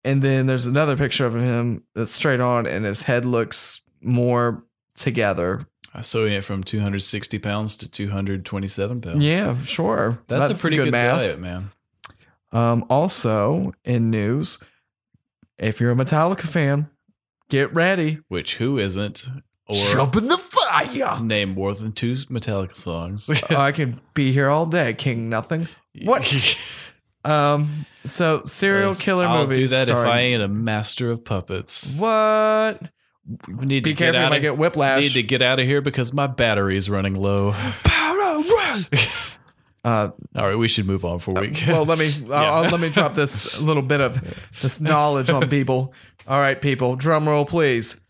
And then there's another picture of him that's straight on, and his head looks more together. so he went from 260 pounds to 227 pounds. Yeah, sure. That's, a pretty good, diet, man. Um, also, in news, if you're a Metallica fan, get ready. Which who isn't? Or Jump in the fire. Oh, name more than two Metallica songs. I could be here all day, King Nothing. What? um. So serial If- killer I'll movies. do that if I starring- ain't a master of puppets. What? We need Be to careful, get you out might of, get whiplash. Need to get out of here because my battery's running low. Uh, All right, we should move on for a week. well, let me I'll, I'll- let me drop this little bit of this knowledge on people. All right, people, drum roll, please.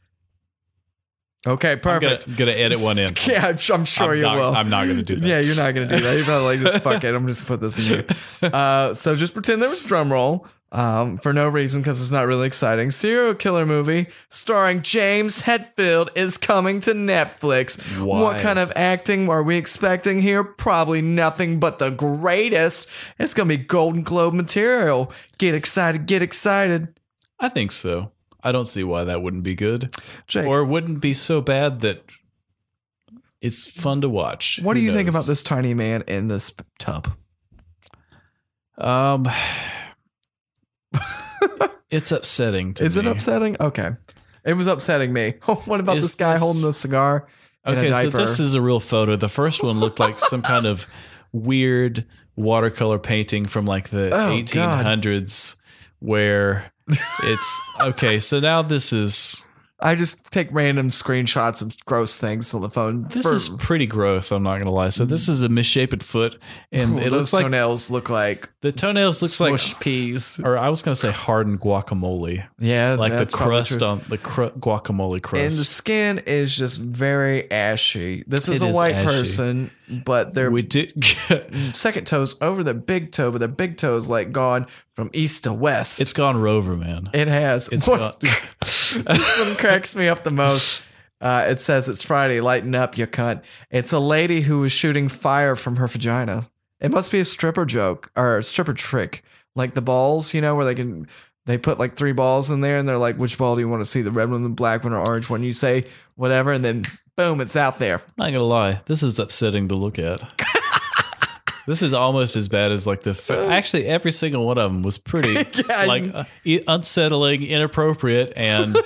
Okay, I'm gonna, perfect. gonna edit one in. Yeah, I'm, I'm sure I'm you not, will. I'm not gonna do that. Yeah, you're not gonna do that. You're probably like, just fuck it. I'm just gonna put this in here. Uh, so just pretend there was a drum roll. um, for no reason because it's not really exciting. Serial killer movie starring James Hetfield is coming to Netflix. What Why? kind of acting are we expecting here? Probably nothing but the greatest. It's gonna be Golden Globe material. Get excited! Get excited! I think so. I don't see why that wouldn't be good, Jake. or wouldn't be so bad that it's fun to watch. What do Who you think knows? about this tiny man in this tub? Um, it's upsetting to Is it me. upsetting? Okay. It was upsetting me. Oh, what about Is this guy this- holding the cigar in Okay, a so diaper? this is a real photo. The first one looked like some kind of weird watercolor painting from like the Oh, God. 1800s, where it's okay. So now this is I just take random screenshots of gross things on the phone. this for- is pretty gross. I'm not gonna lie. So this is a misshapen foot, and Ooh, it those looks like toenails look like the toenails looks like, smushed peas. or I was gonna say hardened guacamole, Yeah, like the that's probably crust true. on the cr- guacamole And the crust. skin is just very ashy. This is It a is white ashy. person, but their we did. second toe's over their big toe, but their big toe is like gone from east to west. it's gone rover, man. It has. It's What- gone. this one cracks me up the most. Uh, it says it's Friday. Lighten up, you cunt. It's a lady who was shooting fire from her vagina. It must be a stripper joke or a stripper trick, like the balls, you know, where they can they put like three balls in there, and they're like, which ball do you want to see? The red one, the black one, or orange one? You say whatever, and then boom, it's out there. Not gonna lie, this is upsetting to look at. this is almost as bad as like the. f actually, every single one of them was pretty I- like uh, i- unsettling, inappropriate, and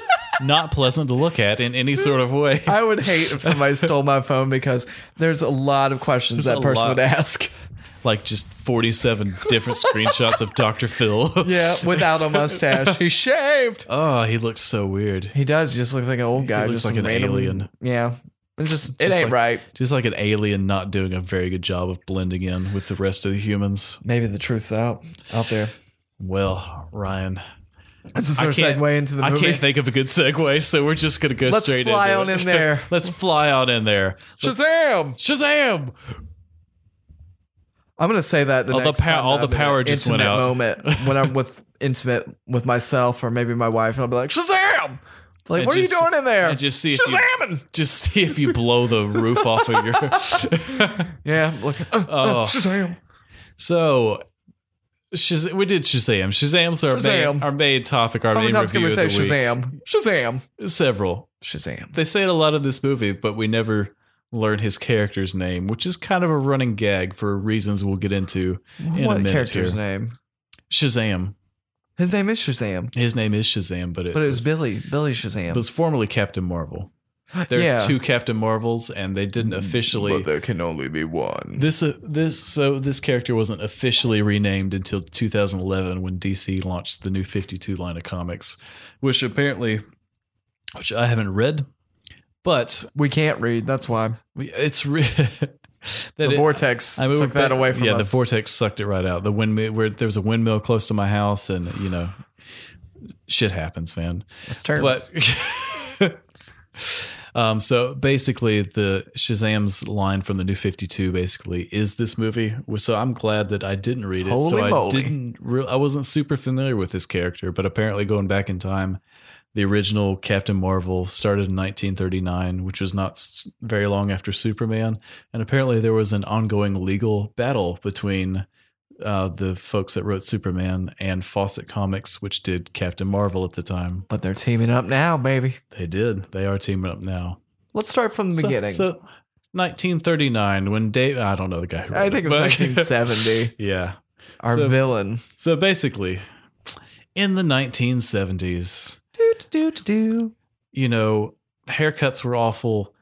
not pleasant to look at in any sort of way. I would hate if somebody stole my phone because there's a lot of questions There's that a person lot. would ask. like just forty-seven different screenshots of Doctor Phil. Yeah, without a mustache, he shaved. Oh, he looks so weird. He does just look like an old guy. looks just like some an random- alien. Yeah. It's just, it Just ain't like- right. Just like an alien not doing a very good job of blending in with the rest of the humans. Maybe the truth's out out there. Well, Ryan, This is our can't- segue into the I movie. can't think of a good segue, so we're just gonna go Let's straight fly into on it. in there. Let's fly on in there. Let's- Shazam! Shazam! I'm gonna say that the All the next pow- time all that the I'm in an power just went intimate out. Moment when I'm with intimate with myself or maybe my wife, and I'll be like, Shazam! Like, And just- what are you doing in there? and just see if you- Shazamming! Just see if you blow the roof off of your. Yeah, I'm like, uh, uh, Oh. Shazam! so, Shaz- we did Shazam. Shazam's our Shazam. main our main topic. Our How many main times can review we of say the week. Shazam? Shazam! Several. Shazam! They say it a lot of this movie, but we never learn his character's name, which is kind of a running gag for reasons we'll get into in a what minute character's here. name? Shazam. His name is Shazam, His name is Shazam, but it, but it was was, Billy. Billy Shazam. it was formerly Captain Marvel. There Yeah. Mm, are two Captain Marvels, and they didn't officially. there can only be one. This uh, this so this character wasn't officially renamed until 2011 when DC launched the new 52 line of comics, which apparently, which I haven't read, but We can't read. That's why we- it's re- that the it- vortex mean, took we've that been- away from yeah, us. the vortex sucked it right out. The windmill where there was a windmill close to my house, and you know, shit happens, man. It's terrible. But um, so basically, the Shazam's line from the New Fifty Two basically is this movie. So I'm glad that I didn't read it. so Holy I moly. didn't. Re- I wasn't super familiar with this character, but apparently, going back in time, the original Captain Marvel started in 1939, which was not s- very long after Superman. And apparently, there was an ongoing legal battle between uh, the folks that wrote Superman and Fawcett Comics, which did Captain Marvel at the time. But they're teaming up now, baby. They did. They are teaming up now. Let's start from the So- beginning. So, 1939, when Dave, I don't know the guy who. I wrote think it was but- 1970. yeah. Our So- villain. So basically, in the 1970s, Do, do, do, do. you know, haircuts were awful.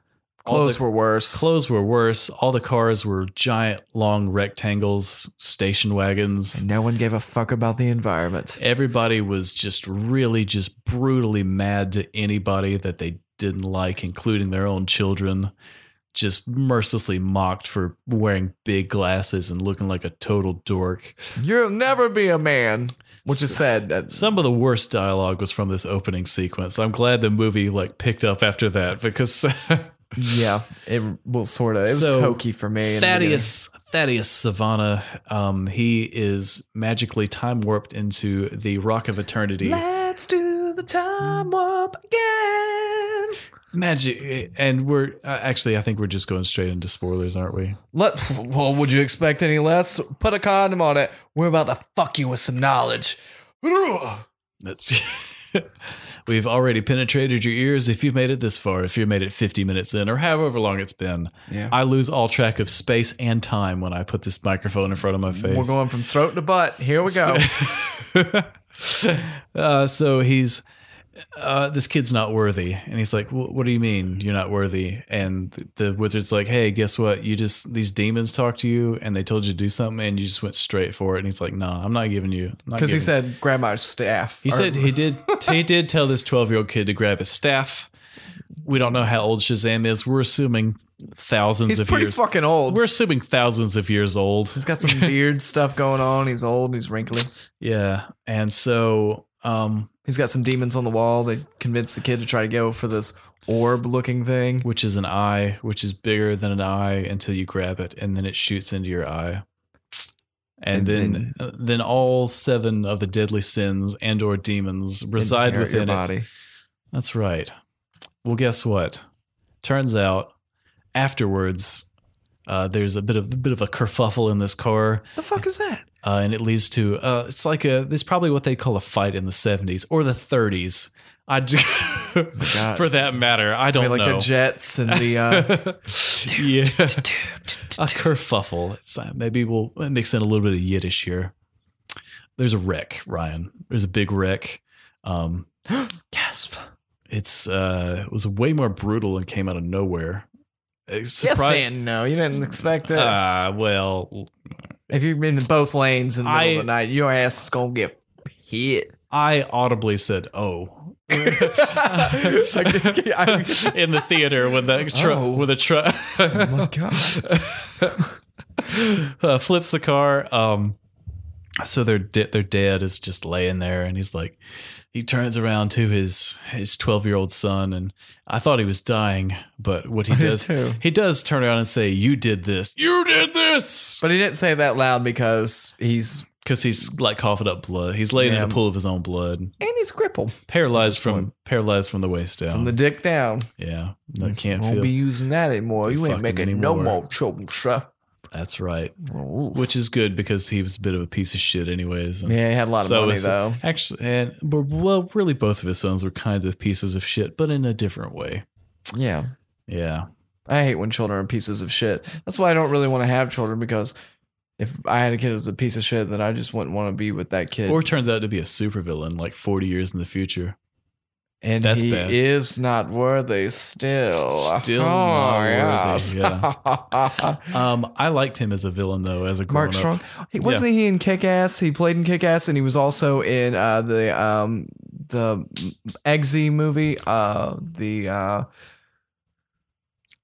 All Clothes the- were worse. Clothes were worse. All the cars were giant, long rectangles, station wagons. no one gave a fuck about the environment. Everybody was just really, just brutally mad to anybody that they didn't like, including their own children. Just mercilessly mocked for wearing big glasses and looking like a total dork. You'll never be a man, which is uh, said. At, Some of the worst dialogue was from this opening sequence. I'm glad the movie like picked up after that because yeah, it well, sort of. It was So, hokey for me. in the Thaddeus Thaddeus Savannah. Um, he is magically time warped into the Rock of Eternity. Let's do the time warp again. Magic, and we're uh, actually, I think we're just going straight into spoilers, aren't we? Let, well, would you expect any less? Put a condom on it. We're about to fuck you with some knowledge. That's. We've already penetrated your ears if you've made it this far, if you've made it 50 minutes in, or however long it's been. Yeah. I lose all track of space and time when I put this microphone in front of my face. We're going from throat to butt. Here we go. uh, so he's uh, this kid's not worthy, and he's like, "Wh- "What do you mean you're not worthy?" And th- the wizard's like, "Hey, guess what? You just these demons talked to you, and they told you to do something, and you just went straight for it." And he's like, "Nah, I'm not giving you." Because he said grandma's staff. He said he did. he did tell this twelve-year-old kid to grab his staff. We don't know how old Shazam is. We're assuming thousands he's of pretty years. fucking old. We're assuming thousands of years old. He's got some weird stuff going on. He's old. He's wrinkly. Yeah, and so um, He's got some demons on the wall. They convinced the kid to try to go for this orb looking thing. which is an eye, which is bigger than an eye until you grab it, and then it shoots into your eye. And, And then, uh, then, all seven of the deadly sins and/or demons reside Inherit your within it. body. That's right. Well, guess what? Turns out, afterwards, uh, there's a bit of a bit of a kerfuffle in this car, The fuck is that? uh, and it leads to uh, it's like a this probably what they call a fight in the '70s or the '30s. I j- God. for that matter, I don't I mean, like know. the Jets and the. Uh, yeah. a kerfuffle. It's, uh, maybe we'll mix in a little bit of Yiddish here. There's a wreck, Ryan. There's a big wreck. Um, gasp. it's uh, it was way more brutal and came out of nowhere. It's Yes surpri- and no. You didn't expect it. Uh, well, if you're in both lanes in the middle I- of the night, your ass is gonna get hit. I audibly said, "Oh." I- in the theater when the truck Oh. with a truck my god! uh, flips the car. Um, so their de- their dad is just laying there, and he's like, he turns around to his his twelve year old son, and I thought he was dying, but what he did does, too. he does turn around and say, "You did this, you did this," But he didn't say that loud because he's because he's like coughing up blood. He's laying in Yeah. a pool of his own blood, and he's crippled paralyzed from paralyzed from the waist down. from the dick down. yeah, I can't Won't feel. be using that anymore. You ain't fucking making no anymore. more children, sir. That's right. Ooh. Which is good because he was a bit of a piece of shit, anyways. and- Yeah, he had a lot of money it's- though. Actually, and but, well, really, both of his sons were kind of pieces of shit, but in a different way. Yeah. Yeah, I hate when children are pieces of shit. That's why I don't really want to have children because if I had a kid as a piece of shit, then I just wouldn't want to be with that kid. or turns out to be a supervillain like forty years in the future. and that's he bad. is not worthy still. Oh, Still not worthy, yeah. Um, I liked him as a villain though, as a grown Mark up. Strong. He, wasn't he in Kick Ass? He played in Kick Ass, and he was also in uh, the um, the Eggsy movie, uh, the uh,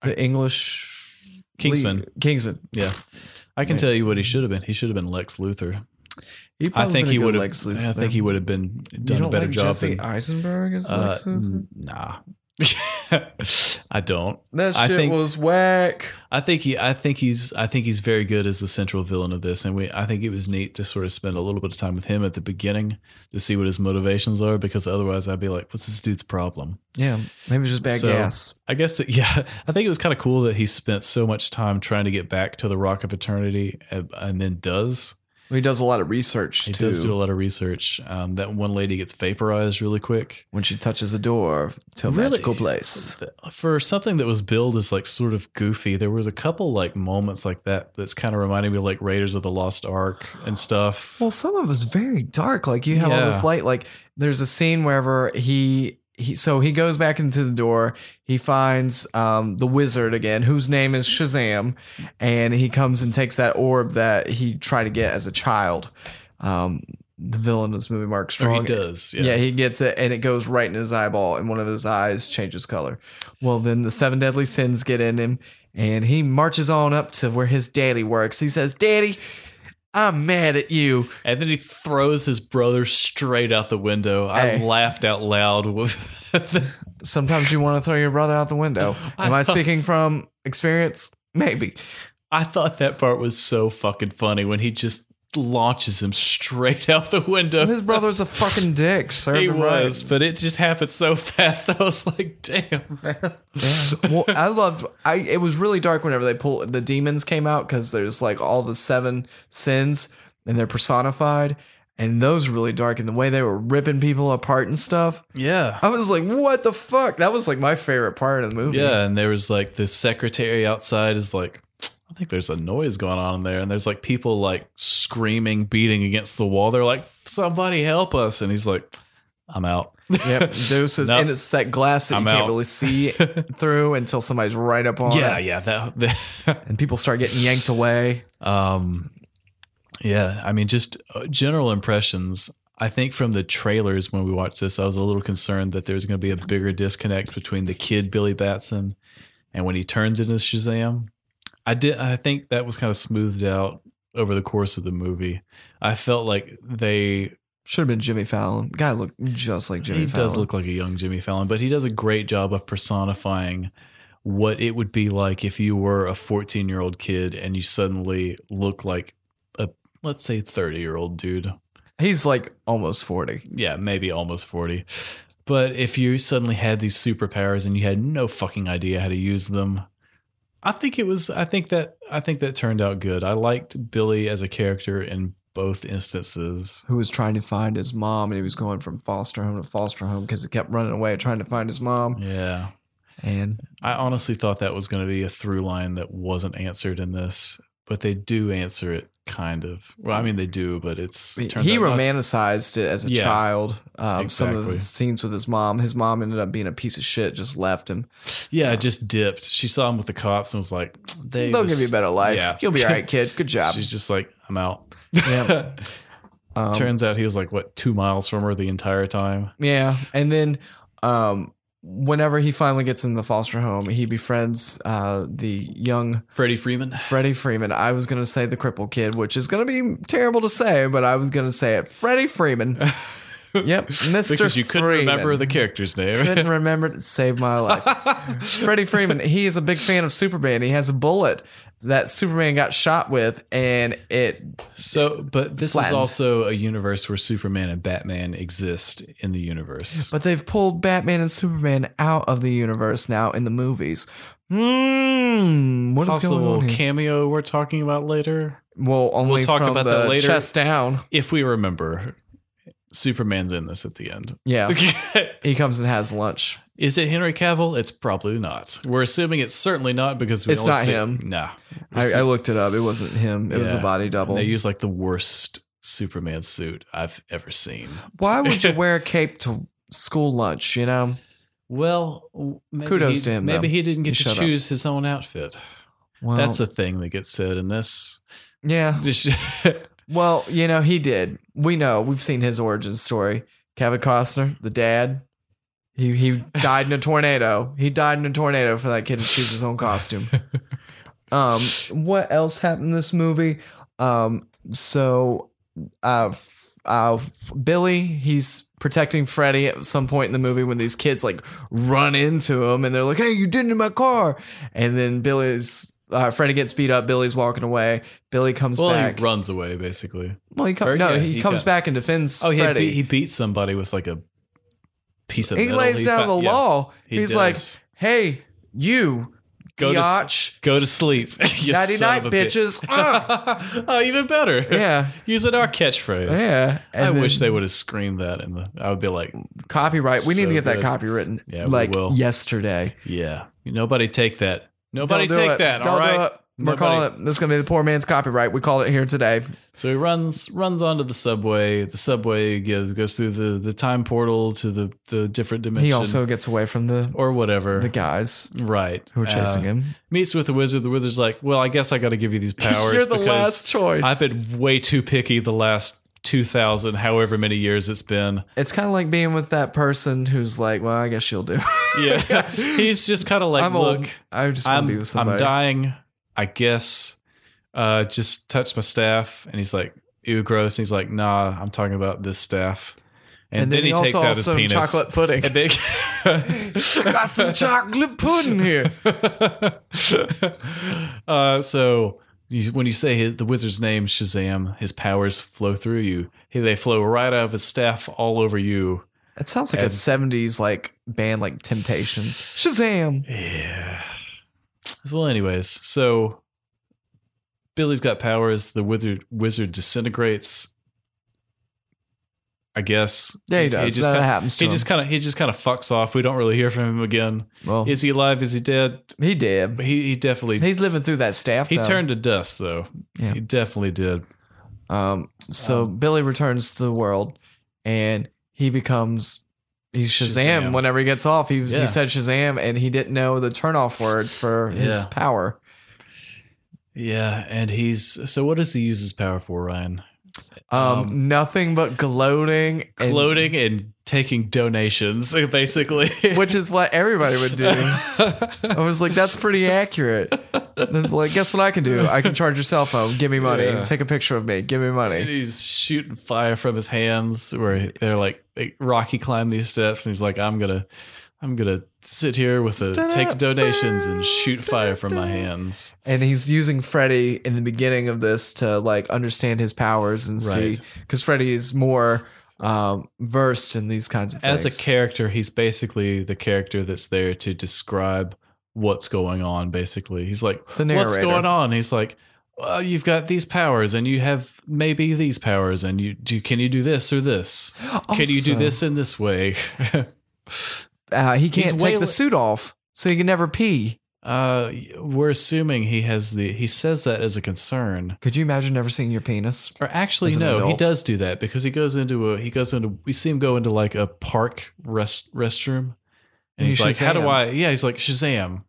the English Kingsman. League- Kingsman. Yeah, I can tell you what he should have been. He should have been Lex Luthor. He I probably think been a he good would have. Lex Luthor. I think he would have been You done don't a better like job. Jesse than- Eisenberg as uh, Lex Luthor? n- nah, I don't. That I shit think- was whack. I think he, I think he's, I think he's very good as the central villain of this, and we, I think it was neat to sort of spend a little bit of time with him at the beginning to see what his motivations are, because otherwise I'd be like, what's this dude's problem? Yeah, maybe it was just bad So- gas. I guess, that, yeah, I think it was kind of cool that he spent so much time trying to get back to the Rock of Eternity, and, and then does. He does a lot of research He too. does do a lot of research. Um, that one lady gets vaporized really quick. when she touches a door to a Really? magical place. For something that was billed as like sort of goofy, there was a couple like moments like that that's kind of reminding me of like Raiders of the Lost Ark and stuff. Well, some of it's very dark. Like you have all this Yeah. light. Like there's a scene wherever he he so he goes back into the door. He finds um the wizard again, whose name is Shazam, and he comes and takes that orb that he tried to get as a child. Um, the villain of this movie, Mark Or Strong. he does. Yeah. he gets it and it goes right in his eyeball, and one of his eyes changes color. Well, then the seven deadly sins get in him, and he marches on up to where his daddy works. He says, Daddy, I'm mad at you. And then he throws his brother straight out the window. I Hey. laughed out loud. with- Sometimes you want to throw your brother out the window. Am I speaking from experience? Maybe. I thought that part was so fucking funny when he just launches him straight out the window. His brother's a fucking dick. Served he him was, right. but it just happened so fast. I was like, damn, man. well, I loved. I it was really dark whenever they pull the demons came out because there's like all the seven sins and they're personified, and those were really dark. And the way they were ripping people apart and stuff, Yeah. I was like, what the fuck? That was like my favorite part of the movie. Yeah, and there was like the secretary outside is like, I think there's a noise going on in there, and there's like people like screaming, beating against the wall. They're like, "Somebody help us!" And he's like, "I'm out." Yep. Deuces, Nope. and it's that glass that I'm you can't out. really see through until somebody's right up on yeah, it, yeah. That, that- and people start getting yanked away. um, yeah. I mean, just uh, general impressions. I think from the trailers when we watched this, I was a little concerned that there's going to be a bigger disconnect between the kid Billy Batson and when he turns into Shazam. I did. I think that was kind of smoothed out over the course of the movie. I felt like they. Should have been Jimmy Fallon. Guy looked just like Jimmy. he Fallon. does look like a young Jimmy Fallon, but he does a great job of personifying what it would be like if you were a 14 year old kid and you suddenly look like a let's say 30 year old dude. He's like almost forty. Yeah, maybe almost 40. But if you suddenly had these superpowers and you had no fucking idea how to use them, I think it was I think that I think that turned out good. I liked Billy as a character in both instances. who was trying to find his mom and he was going from foster home to foster home because he kept running away trying to find his mom Yeah. and I honestly thought that was going to be a through line that wasn't answered in this, but they do answer it kind of. Well, I mean they do, but it's he it turns out not- romanticized it as a Yeah. child um, some of Exactly. the scenes with his mom his mom ended up being a piece of shit just left him Yeah, it just dipped. She saw him with the cops and was like, "They they'll was- give you a better life Yeah. you'll be all right kid good job She's just like, "I'm out." Yeah. Um, Turns out he was like what two miles from her the entire time. yeah and then um, whenever he finally gets in the foster home he befriends uh, the young Freddie Freeman. Freddie Freeman. I was gonna say the cripple kid, which is gonna be terrible to say, but I was gonna say it. Freddie Freeman. yep, Mr. Because you couldn't Freeman. remember the character's name. couldn't remember to save my life. Freddie Freeman. He is a big fan of Superman. He has a bullet that Superman got shot with, and it so, but this is Flattened. also a universe where Superman and Batman exist in the universe. But they've pulled Batman and Superman out of the universe now in the movies. Hmm. What is going Possible on here? cameo we're talking about later. well, only talk from about the that later. chest down. if we remember, Superman's in this at the end. Yeah, he comes and has lunch. Is it Henry Cavill? It's probably not. We're assuming it's certainly not because we It's only not see- him. Nah, I, I looked it up. It wasn't him. It was a Yeah. body double. they use like the worst Superman suit I've ever seen. Why would you wear a cape to school lunch? You know, Well, w- maybe Kudos he, to him, Maybe though. he didn't He get to shut up. choose his own outfit. well, That's a thing that gets said in this. yeah. Just- Well, you know, he did. We know. We've seen his origin story. Kevin Costner, the dad. He he died in a tornado. He died in a tornado for that kid to choose his own costume. um, what else happened in this movie? Um, so, uh, f- uh, Billy, he's protecting Freddy at some point in the movie when these kids like run into him and they're like, "Hey, you did it in my car!" And then Billy's uh, Freddy gets beat up. Billy's walking away. Billy comes well, back. he runs away basically. Well, he Or, comes. No, yeah, he, he comes got- back and defends Oh, he had Freddy. beat, he beat somebody with like a piece of. he, metal. lays down fi- the yeah. law. He He's does. like, "Hey, you, Go to s- biatch, Go to sleep. you nighty son night, of a bitch. bitches." Ah! oh, even better. yeah, Use it our catchphrase. yeah. I And wish then they would have screamed that in the I would be like, copyright. We need So to get that good. copy written. Yeah, we like will. yesterday. Yeah. Nobody take that. Nobody Don't do take it. that. Don't all do right. it. We're calling it. This is gonna be the poor man's copyright. We called it here today. So he runs runs onto the subway. The subway goes goes through the, the time portal to the, the different dimension. He also gets away from the or whatever. the guys right. who are chasing Uh, him. Meets with the wizard. The wizard's like, Well, I guess I gotta give you these powers. You're the because last choice. I've been way too picky the last two thousand, however many years it's been. It's kind of like being with that person who's like, "Well, I guess she'll do." Yeah. He's just kinda like I'm look. old. I just want I'm, to be with I'm somebody. dying, I guess. Uh, just touch my staff. And he's like, ew, gross. And he's like, nah, I'm talking about this staff. And, then, he, takes also out his also penis. chocolate pudding. And then, got some chocolate pudding here. uh, so you, when you say his, the wizard's name, Shazam, his powers flow through you. He, they flow right out of his staff all over you. It sounds like a And- '70s like band like Temptations. Shazam! Yeah. Well, anyways, so Billy's got powers. The wizard wizard disintegrates. I guess. Yeah, he does. just That kinda, happens to he him. just kind of he just kind of fucks off. We don't really hear from him again. Well, Is he alive? Is he dead? he did. He he definitely He's living through that staff. he though. turned to dust though. Yeah. He definitely did. Um, so Billy returns to the world, and he becomes he's Shazam. Shazam. Whenever he gets off, he was, Yeah. he said Shazam, and he didn't know the turnoff word for his Yeah. power. Yeah, and he's so what does he use his power for, Ryan? Um, Um, nothing but gloating, and- Gloating and taking donations, basically. which is what everybody would do. I was like, that's pretty accurate. Then, like, guess what I can do? I can charge your cell phone. Give me money. Yeah. Take a picture of me. Give me And money. he's shooting fire from his hands where they're like they, Rocky climbed these steps and he's like, I'm gonna I'm gonna sit here with a take donations and shoot fire from my hands. And he's using Freddy in the beginning of this to like understand his powers and Right. see because Freddy is more um, versed in these kinds of As things. a character, he's basically the character that's there to describe what's going on, basically. He's like, The What's narrator. going on? He's like, Well, you've got these powers and you have maybe these powers and you do can you do this or this? can you do Also- this in this way? uh, he can't He's take way the li- suit off, so he can never pee. Uh, we're assuming he has the. He says that as a concern, Could you imagine never seeing your penis? or actually, As an no, he adult. does do that because he goes into a. He goes into. We see him go into like a park rest restroom, and He he's like, "How do I?" Shazams. Yeah, he's like Shazam,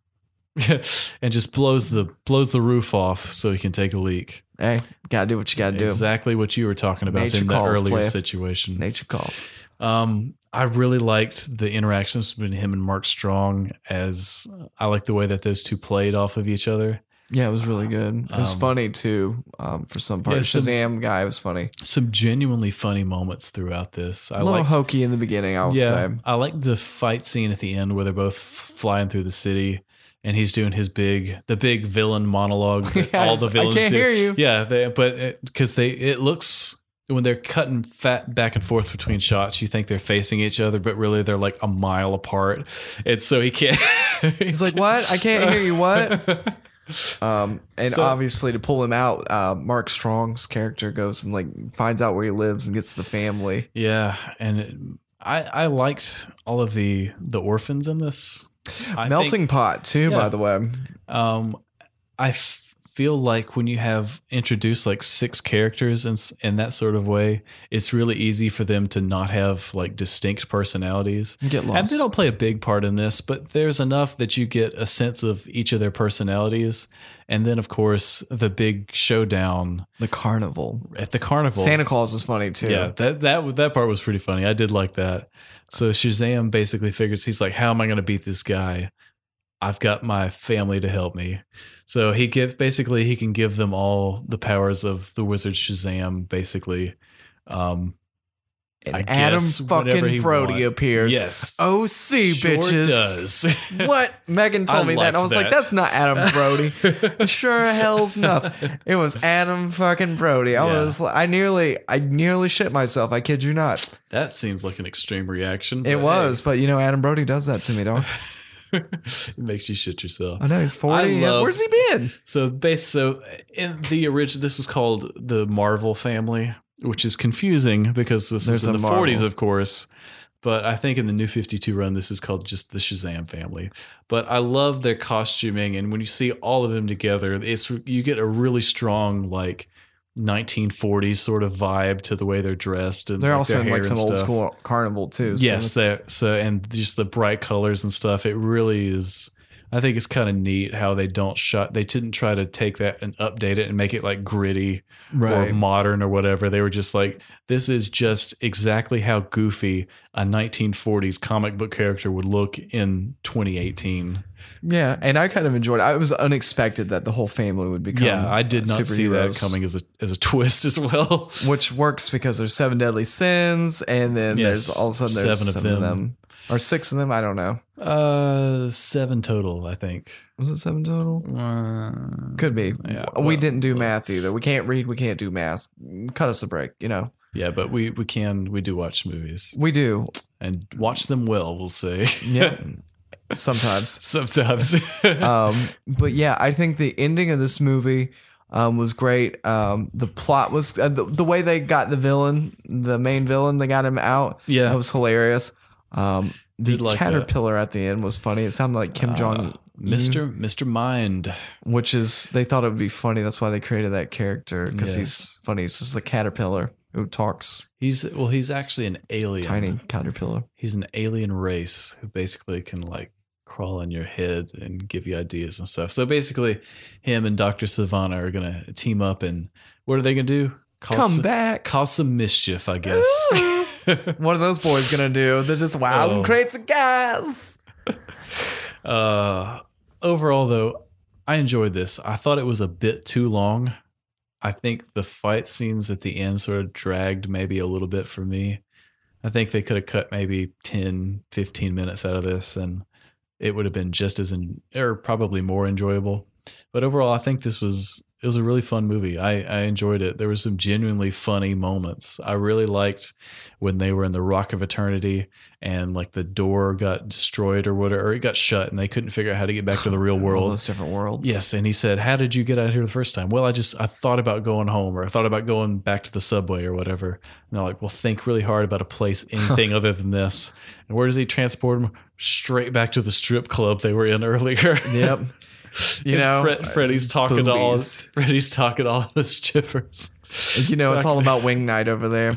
and just blows the blows the roof off so he can take a leak. Hey, gotta do what you gotta do. Exactly what you were talking about Nature in that calls, earlier player. situation. Nature calls. Um, I really liked the interactions between him and Mark Strong. As I like the way that those two played off of each other. Yeah, it was really good. It was Um, funny too. Um, for some part, yeah, some- Shazam guy was funny. some genuinely funny moments throughout this. I A little like hokey in the beginning, I would yeah, say. I like the fight scene at the end where they're both flying through the city and he's doing his big the big villain monologue that Yeah, all it's the like, "I villains can't do. hear you. Yeah, they, but cuz they it looks when they're cutting fat back and forth between shots, you think they're facing each other, but really they're like a mile apart. And so he can't. He's like, "What? I can't hear you. What?" Um, and So- obviously, to pull him out, uh, Mark Strong's character goes and like finds out where he lives and gets the family. Yeah, and it, I I liked all of the the orphans in this. I Melting think- pot too, Yeah. by the way. um i f- feel like when you have introduced like six characters in, s- in that sort of way it's really easy for them to not have like distinct personalities You get and lost. they don't play a big part in this but there's enough that you get a sense of each of their personalities and then of course the big showdown the carnival. at the carnival Santa Claus is funny too. yeah, that that that part was pretty funny. I did like that. So Shazam basically figures he's like, "How am I going to beat this guy? I've got my family to help me." So he give basically he can give them all the powers of the wizard Shazam. Basically, um, And I Adam guess whenever he fucking Brody want- appears. yes, OC bitches. does. what Megan I told me that, and I was liked like, that. "That's not Adam Brody." sure, hell's enough. It was Adam fucking Brody. I Yeah. was, li- I nearly, I nearly shit myself. I kid you not. that seems like an extreme reaction. It but was, but you know, Adam Brody does that to me, dog. hey, it makes you shit yourself. I know he's forty. I love- Where's he been? So base so in the original this was called the Marvel family, which is confusing because this There's is in a the Marvel. 40s of course. But I think in the new 52 run this is called just the Shazam family. But I love their costuming and when you see all of them together it's you get a really strong like 1940s sort of vibe to the way they're dressed and They're like, also their in like hair some and old stuff. school carnival too. so Yes, it's- there. So and just the bright colors and stuff. It really is. I think it's kind of neat how they don't shut. They didn't try to take that and update it and make it like gritty Right. or modern or whatever. They were just like, this is just exactly how goofy a 1940s comic book character would look in 2018. yeah, and I kind of enjoyed. it. I was unexpected that the whole family would become. yeah, I did not see that superheroes. coming as a as a twist as well. which works because there's seven deadly sins, and then there's Yes, all of a sudden there's seven, of, them. or six of them. I don't know. Uh, seven total, I think. Was it seven total? Uh, Could be. Yeah, we well, didn't do well. math either. We can't read. We can't do math. Cut us a break. You know, yeah, but we we can we do watch movies we do. and watch them well. We'll say. Yeah. Sometimes. Sometimes. um, but yeah, I think the ending of this movie um, was great. Um, the plot was uh, the, the way they got the villain, the main villain, they got him out. Yeah. that was hilarious. Um, the Did like that. Uh, caterpillar at the end was funny. It sounded like Kim Jong, Mister Mister Mind. which is they thought it would be funny. That's why they created that character because he's Yes. funny. It's just a caterpillar who talks, He's well. He's actually an alien. tiny caterpillar. He's an alien race who basically can like crawl on your head and give you ideas and stuff. So basically, him and Doctor Savannah are gonna team up and what are they gonna do? Cause Come some- back. Cause some mischief, I guess. What are those boys gonna do? They're just wild Oh. and crazy guys. Uh, overall, though, I enjoyed this. I thought it was a bit too long. I think the fight scenes at the end sort of dragged maybe a little bit for me. I think they could have cut maybe 10, 15 minutes out of this and it would have been just as, en- or probably more enjoyable. But overall, I think this was, it was a really fun movie. I, I enjoyed it. There were some genuinely funny moments. I really liked when they were in the Rock of Eternity and like the door got destroyed or whatever, or it got shut and they couldn't figure out how to get back to the real All world. those different worlds. Yes, and he said, "How did you get out of here the first time?" Well, I just I thought about going home, or I thought about going back to the subway, or whatever. And they're like, "Well, think really hard about a place, anything other than this." And where does he transport him? Straight back to the strip club they were in earlier. Yep. You And know, Fred, Freddy's talking to all boobies. Freddy's talking to all the strippers. You know, it's all about wing night over there.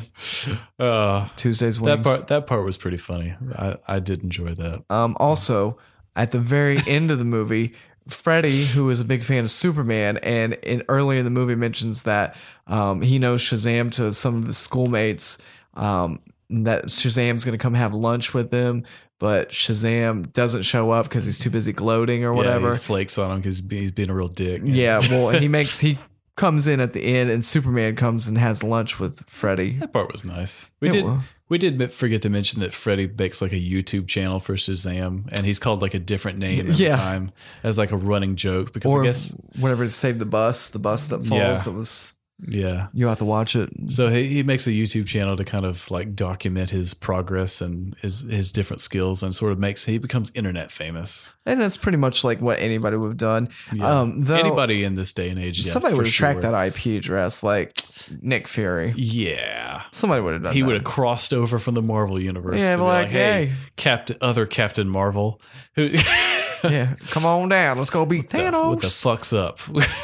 Uh, Tuesdays that wings. part that part was pretty funny. I I did enjoy that. Um, also, at the very end of the movie, Freddy, who is a big fan of Superman, and in, early in the movie mentions that um, he knows Shazam to some of his schoolmates. Um, that Shazam's going to come have lunch with them, but Shazam doesn't show up because he's too busy gloating or Yeah, whatever. he flakes on him because he's being a real dick. Yeah, well, he makes he comes in at the end, and Superman comes and has lunch with Freddy. That part was nice. We It did. wa- We did mi- forget to mention that Freddie makes like a YouTube channel for Shazam, and he's called like a different name every Yeah. time as like a running joke because Or I guess whatever to save the bus, the bus that falls Yeah. that was yeah. you have to watch it. So he, he makes a YouTube channel to kind of like document his progress and his his different skills, and sort of makes he becomes internet famous. And that's pretty much like what anybody would have done. Yeah. Um, though Anybody in this day and age, yeah, somebody for would have tracked sure. that IP address, like Nick Fury. Yeah, Somebody would have done. he that. would have crossed over from the Marvel universe. Yeah, to be like, hey. Captain, other Captain Marvel, who Yeah, come on down. Let's go beat Thanos. what the fuck's up?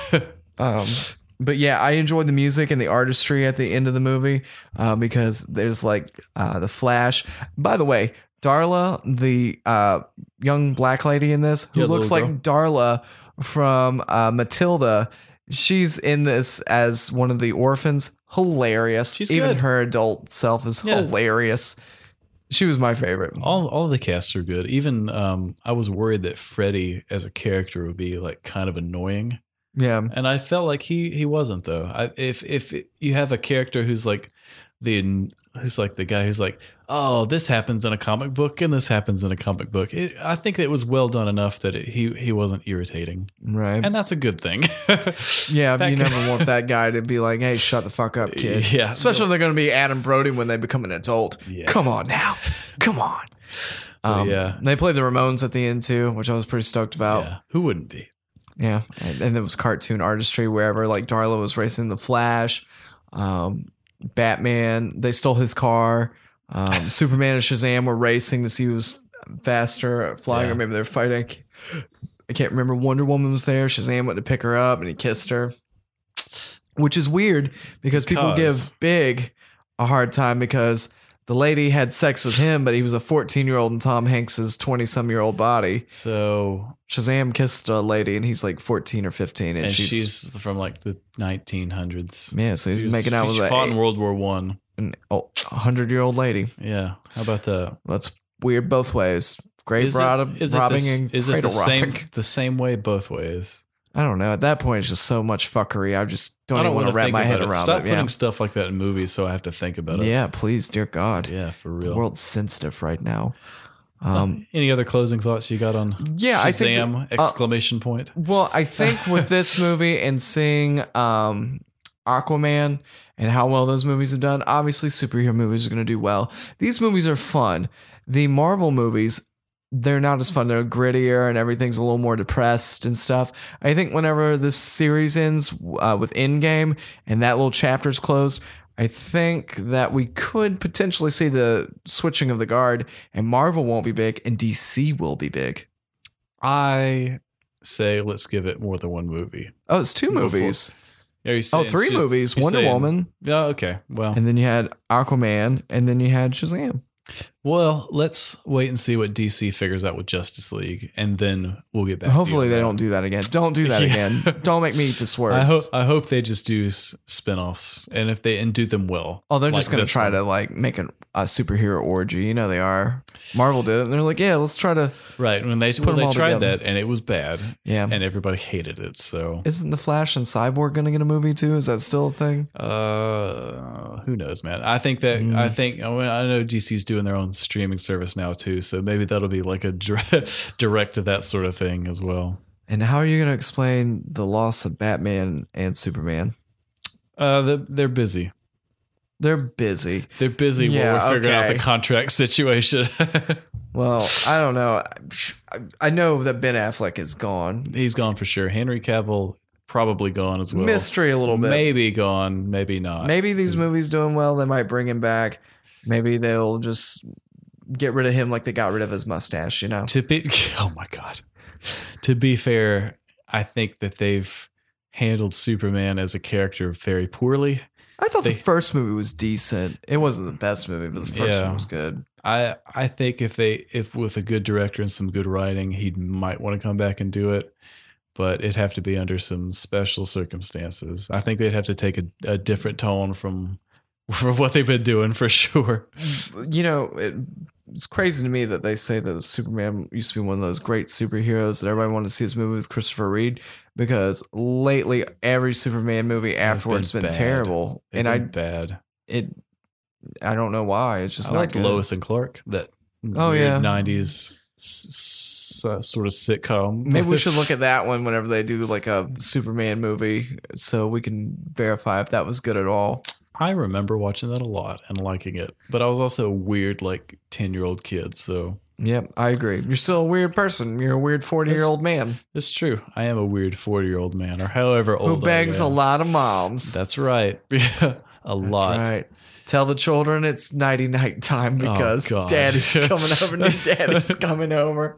Um, but yeah, I enjoyed the music and the artistry at the end of the movie uh, because there's like uh, the flash. By the way, Darla, the uh, young black lady in this, who Yeah, looks like little Darla from uh, Matilda, she's in this as one of the orphans. Hilarious. She's Even good. her adult self is Yeah. hilarious. She was my favorite. all all the casts are good. Even um, I was worried that Freddy as a character would be like kind of annoying, Yeah. and I felt like he he wasn't though. I, if if you have a character who's like the who's like the guy who's like, oh, this happens in a comic book and this happens in a comic book. It, I think it was well done enough that it, he he wasn't irritating, Right. and that's a good thing. Yeah, That you guy- never want that guy to be like, "Hey, shut the fuck up, kid." Yeah. especially if they're going to be Adam Brody when they become an adult. Yeah. Come on now, come on. Um, yeah. they played the Ramones at the end too, which I was pretty stoked about. Yeah, who wouldn't be? Yeah, and, and it was cartoon artistry wherever. Like Darla was racing the Flash, um, Batman. They stole his car. Um, Superman and Shazam were racing to see who was faster at flying, or Yeah. maybe they're fighting. I can't remember. Wonder Woman was there. Shazam went to pick her up, and he kissed her, which is weird because people Because- give Big a hard time because. The lady had sex with him, but he was a 14 year old in Tom Hanks's 20 some year old body. So, Shazam kissed a lady and he's like 14 or 15 and, and she's, she's, from like the 1900s. yeah, so he's She was- making out she with like fought in a World War One. an, oh, 100 year old lady. Yeah, how about that? That's weird both ways. Grave Is it- rob- is it the robbing s- and is it cradle the same robbing. the same way both ways? I don't know. At that point, it's just so much fuckery. I just don't, I even don't want to wrap think my about head it. around Stop it. putting Yeah. stuff like that in movies, so I have to think about it. yeah, please, dear God. yeah, for The real. Uh, world's sensitive right now. Um, Any other closing thoughts you got on Yeah, I think Shazam? that- uh, exclamation point. well, I think with this movie and seeing um, Aquaman and how well those movies have done, obviously superhero movies are going to do well. These movies are fun. The Marvel movies, they're not as fun. They're grittier and everything's a little more depressed and stuff. I think whenever this series ends uh, with Endgame and that little chapter's closed, I think that we could potentially see the switching of the guard, and Marvel won't be big, and DC will be big. I say let's give it more than one movie. Oh, it's two movies. Are you Oh, saying- three you're- movies. you're Wonder saying- Woman, Oh, okay. Well, and then you had Aquaman, and then you had Shazam. well, let's wait and see what DC figures out with Justice League, and then we'll get back. to you Hopefully, on they that. don't do that again. Don't do that Yeah. again. Don't make me eat this words. I hope I hope they just do s- spin-offs and if they and do them well. oh, they're just Like gonna this try one. to like make a, a superhero orgy. You know they are. Marvel did it, and they're like, yeah, let's try to. right when they put when them they all tried together. that and it was bad Yeah. and everybody hated it. So Isn't the Flash and Cyborg gonna get a movie too? Is that still a thing? uh, who knows, man? I think that I Mm. think I, mean, I know DC's doing their own streaming service now too, so maybe that'll be like a dir- direct to that sort of thing as well. And how are you gonna explain the loss of Batman and Superman? Uh, they're, they're busy. They're busy. They're busy Yeah, while we're figuring out okay. the contract situation. Well, I don't know. I, I know that Ben Affleck is gone. He's gone for sure. Henry Cavill probably gone as well. Mystery a little bit. Maybe gone, maybe not. Maybe these movies doing well, they might bring him back. Maybe they'll just get rid of him like they got rid of his mustache, you know. To be, oh my god. To be fair, I think that they've handled Superman as a character very poorly. I thought they- the first movie was decent. It wasn't the best movie, but the first Yeah. one was good. I I think if they if with a good director and some good writing, he might want to come back and do it. But it'd have to be under some special circumstances. I think they'd have to take a, a different tone from from what they've been doing for sure. You know, it, it's crazy to me that they say that Superman used to be one of those great superheroes that everybody wanted to see his movie with Christopher Reed because lately every Superman movie afterwards has been been, bad. terrible. They've and been I bad. it I don't know why. It's just I not like good. Lois and Clark. That Oh, weird yeah. nineties uh, sort of sitcom. Maybe we should look at that one whenever they do like a Superman movie so we can verify if that was good at all. I remember watching that a lot and liking it, but I was also a weird like ten year old kid. So Yep, I agree. You're still a weird person. You're a weird 40 year old man it's true. I am a weird forty year old man, or however who old bangs I a am. lot of moms. That's right. Yeah, a That's lot. Oh, right. Tell the children it's nighty night time because God. daddy's coming over. New daddy's coming over.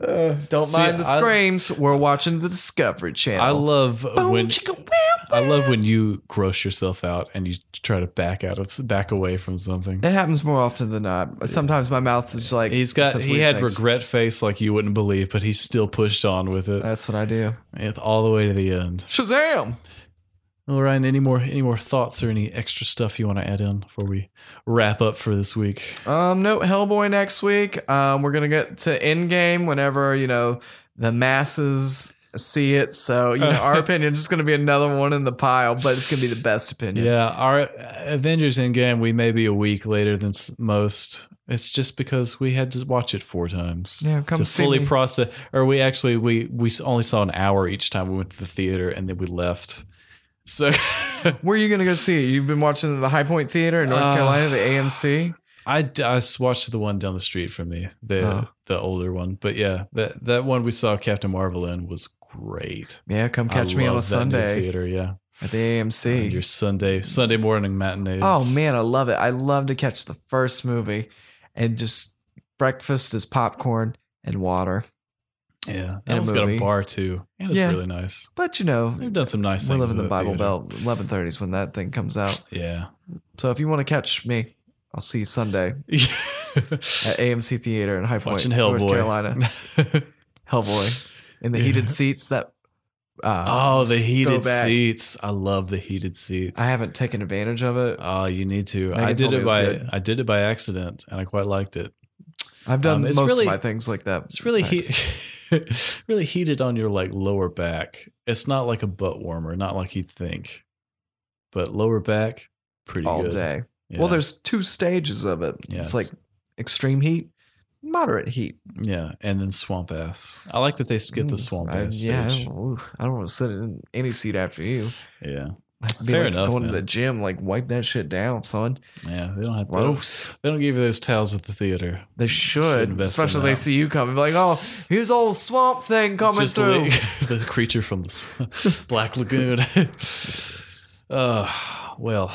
Uh, don't See, mind the I- screams. We're watching the Discovery Channel. I love when chicka, wow, I love when you gross yourself out and you try to back out of back away from something. It happens more often than not. Sometimes my mouth is like He's got says he weird had things. regret face like you wouldn't believe, but he still pushed on with it. That's what I do. It's all the way to the end. Shazam! Well, Ryan, any more any more thoughts or any extra stuff you want to add in before we wrap up for this week? Um, no, Hellboy next week. Um, we're gonna get to Endgame whenever you know the masses see it. So you know, our opinion is just gonna be another one in the pile, but it's gonna be the best opinion. Yeah, our Avengers Endgame, we may be a week later than s- most. It's just because we had to watch it four times. Yeah, come to see fully me. process. Or we actually we we s- only saw an hour each time we went to the theater and then we left. So Where are you gonna go see it? You've been watching the High Point Theater in North Uh, Carolina, the AMC. I, d- I s- watched the one down the street from me, the Oh. the older one. But yeah, that that one we saw Captain Marvel in was great. Yeah, come I catch me on a love that new Sunday theater. Yeah, at the AMC. And your Sunday Sunday morning matinees. Oh man, I love it. I love to catch the first movie and just breakfast is popcorn and water. yeah, and that a one's got a movie. bar too, and it's Yeah. really nice. But you know, They've done some nice we things. live in the that Bible theater. Belt, 1130s when that thing comes out. Yeah, So if you want to catch me, I'll see you Sunday at AMC Theater in High Point, watching North Hellboy. Carolina. Hellboy in the Yeah. heated seats. That uh, oh, the just go heated back. seats. I love the heated seats. I haven't taken advantage of it. Oh, you need to. Megan I did told me it it was by good. I did it by accident, and I quite liked it. I've done um, it's most really- of my things like that. It's really Thanks. heat, really heated on your like lower back. It's not like a butt warmer, not like you'd think, but lower back, pretty all good. day. Yeah. Well, there's two stages of it. Yeah, it's- it's like extreme heat moderate heat. Yeah, and then swamp ass. I like that they skipped the swamp Mm, I, ass yeah, I stage. don't, oof, I don't want to sit in any seat after you. Yeah, I'd be Fair like enough, going to the man. gym, like wipe that shit down, son. yeah. They don't have they don't, Gross. they don't give you those towels at the theater. They should, invest in especially if they that. see you coming. Be like, oh, here's old swamp thing coming Just through. like the creature from the sw- Black Lagoon. uh, well,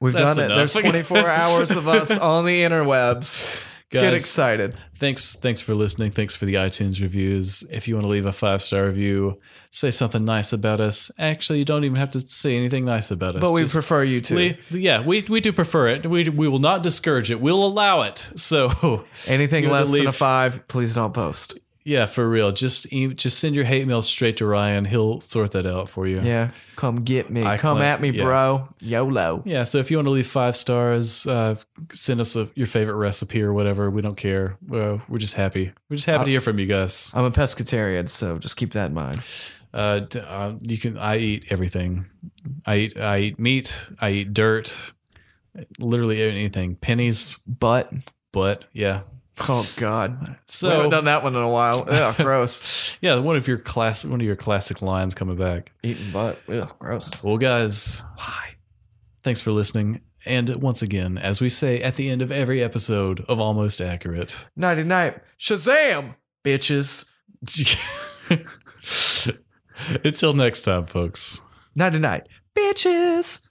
We've That's done it. enough. There's 24 hours of us on the interwebs. Get Guys. excited. thanks thanks for listening thanks for the itunes reviews if you want to leave a five star review say something nice about us actually you don't even have to say anything nice about us But we Just prefer you to. le- yeah we, we do prefer it we, we will not discourage it we'll allow it so Anything you less than a leave- five, please don't post. yeah for real just e- just send your hate mail straight to ryan he'll sort that out for you Yeah. Come get me. I Come claim- at me, yeah. bro. YOLO. Yeah, so if you want to leave five stars, uh, send us a, your favorite recipe or whatever. We don't care. Uh, we're just happy. We're just happy to hear from you guys. I'm a pescatarian, so just keep that in mind. Uh, d- uh, you can. I eat everything. I eat. I eat meat. I eat dirt. Literally anything. Pennies, But, butt. Yeah. oh, God. we So haven't done that one in a while. Ugh, gross. yeah, one of your class, one of your classic lines coming back. Eating butt. Ugh, gross. Well, guys, hi. Thanks for listening. And once again, as we say at the end of every episode of Almost Accurate, Nighty night. Shazam, bitches. until next time, folks. Nighty night. Bitches.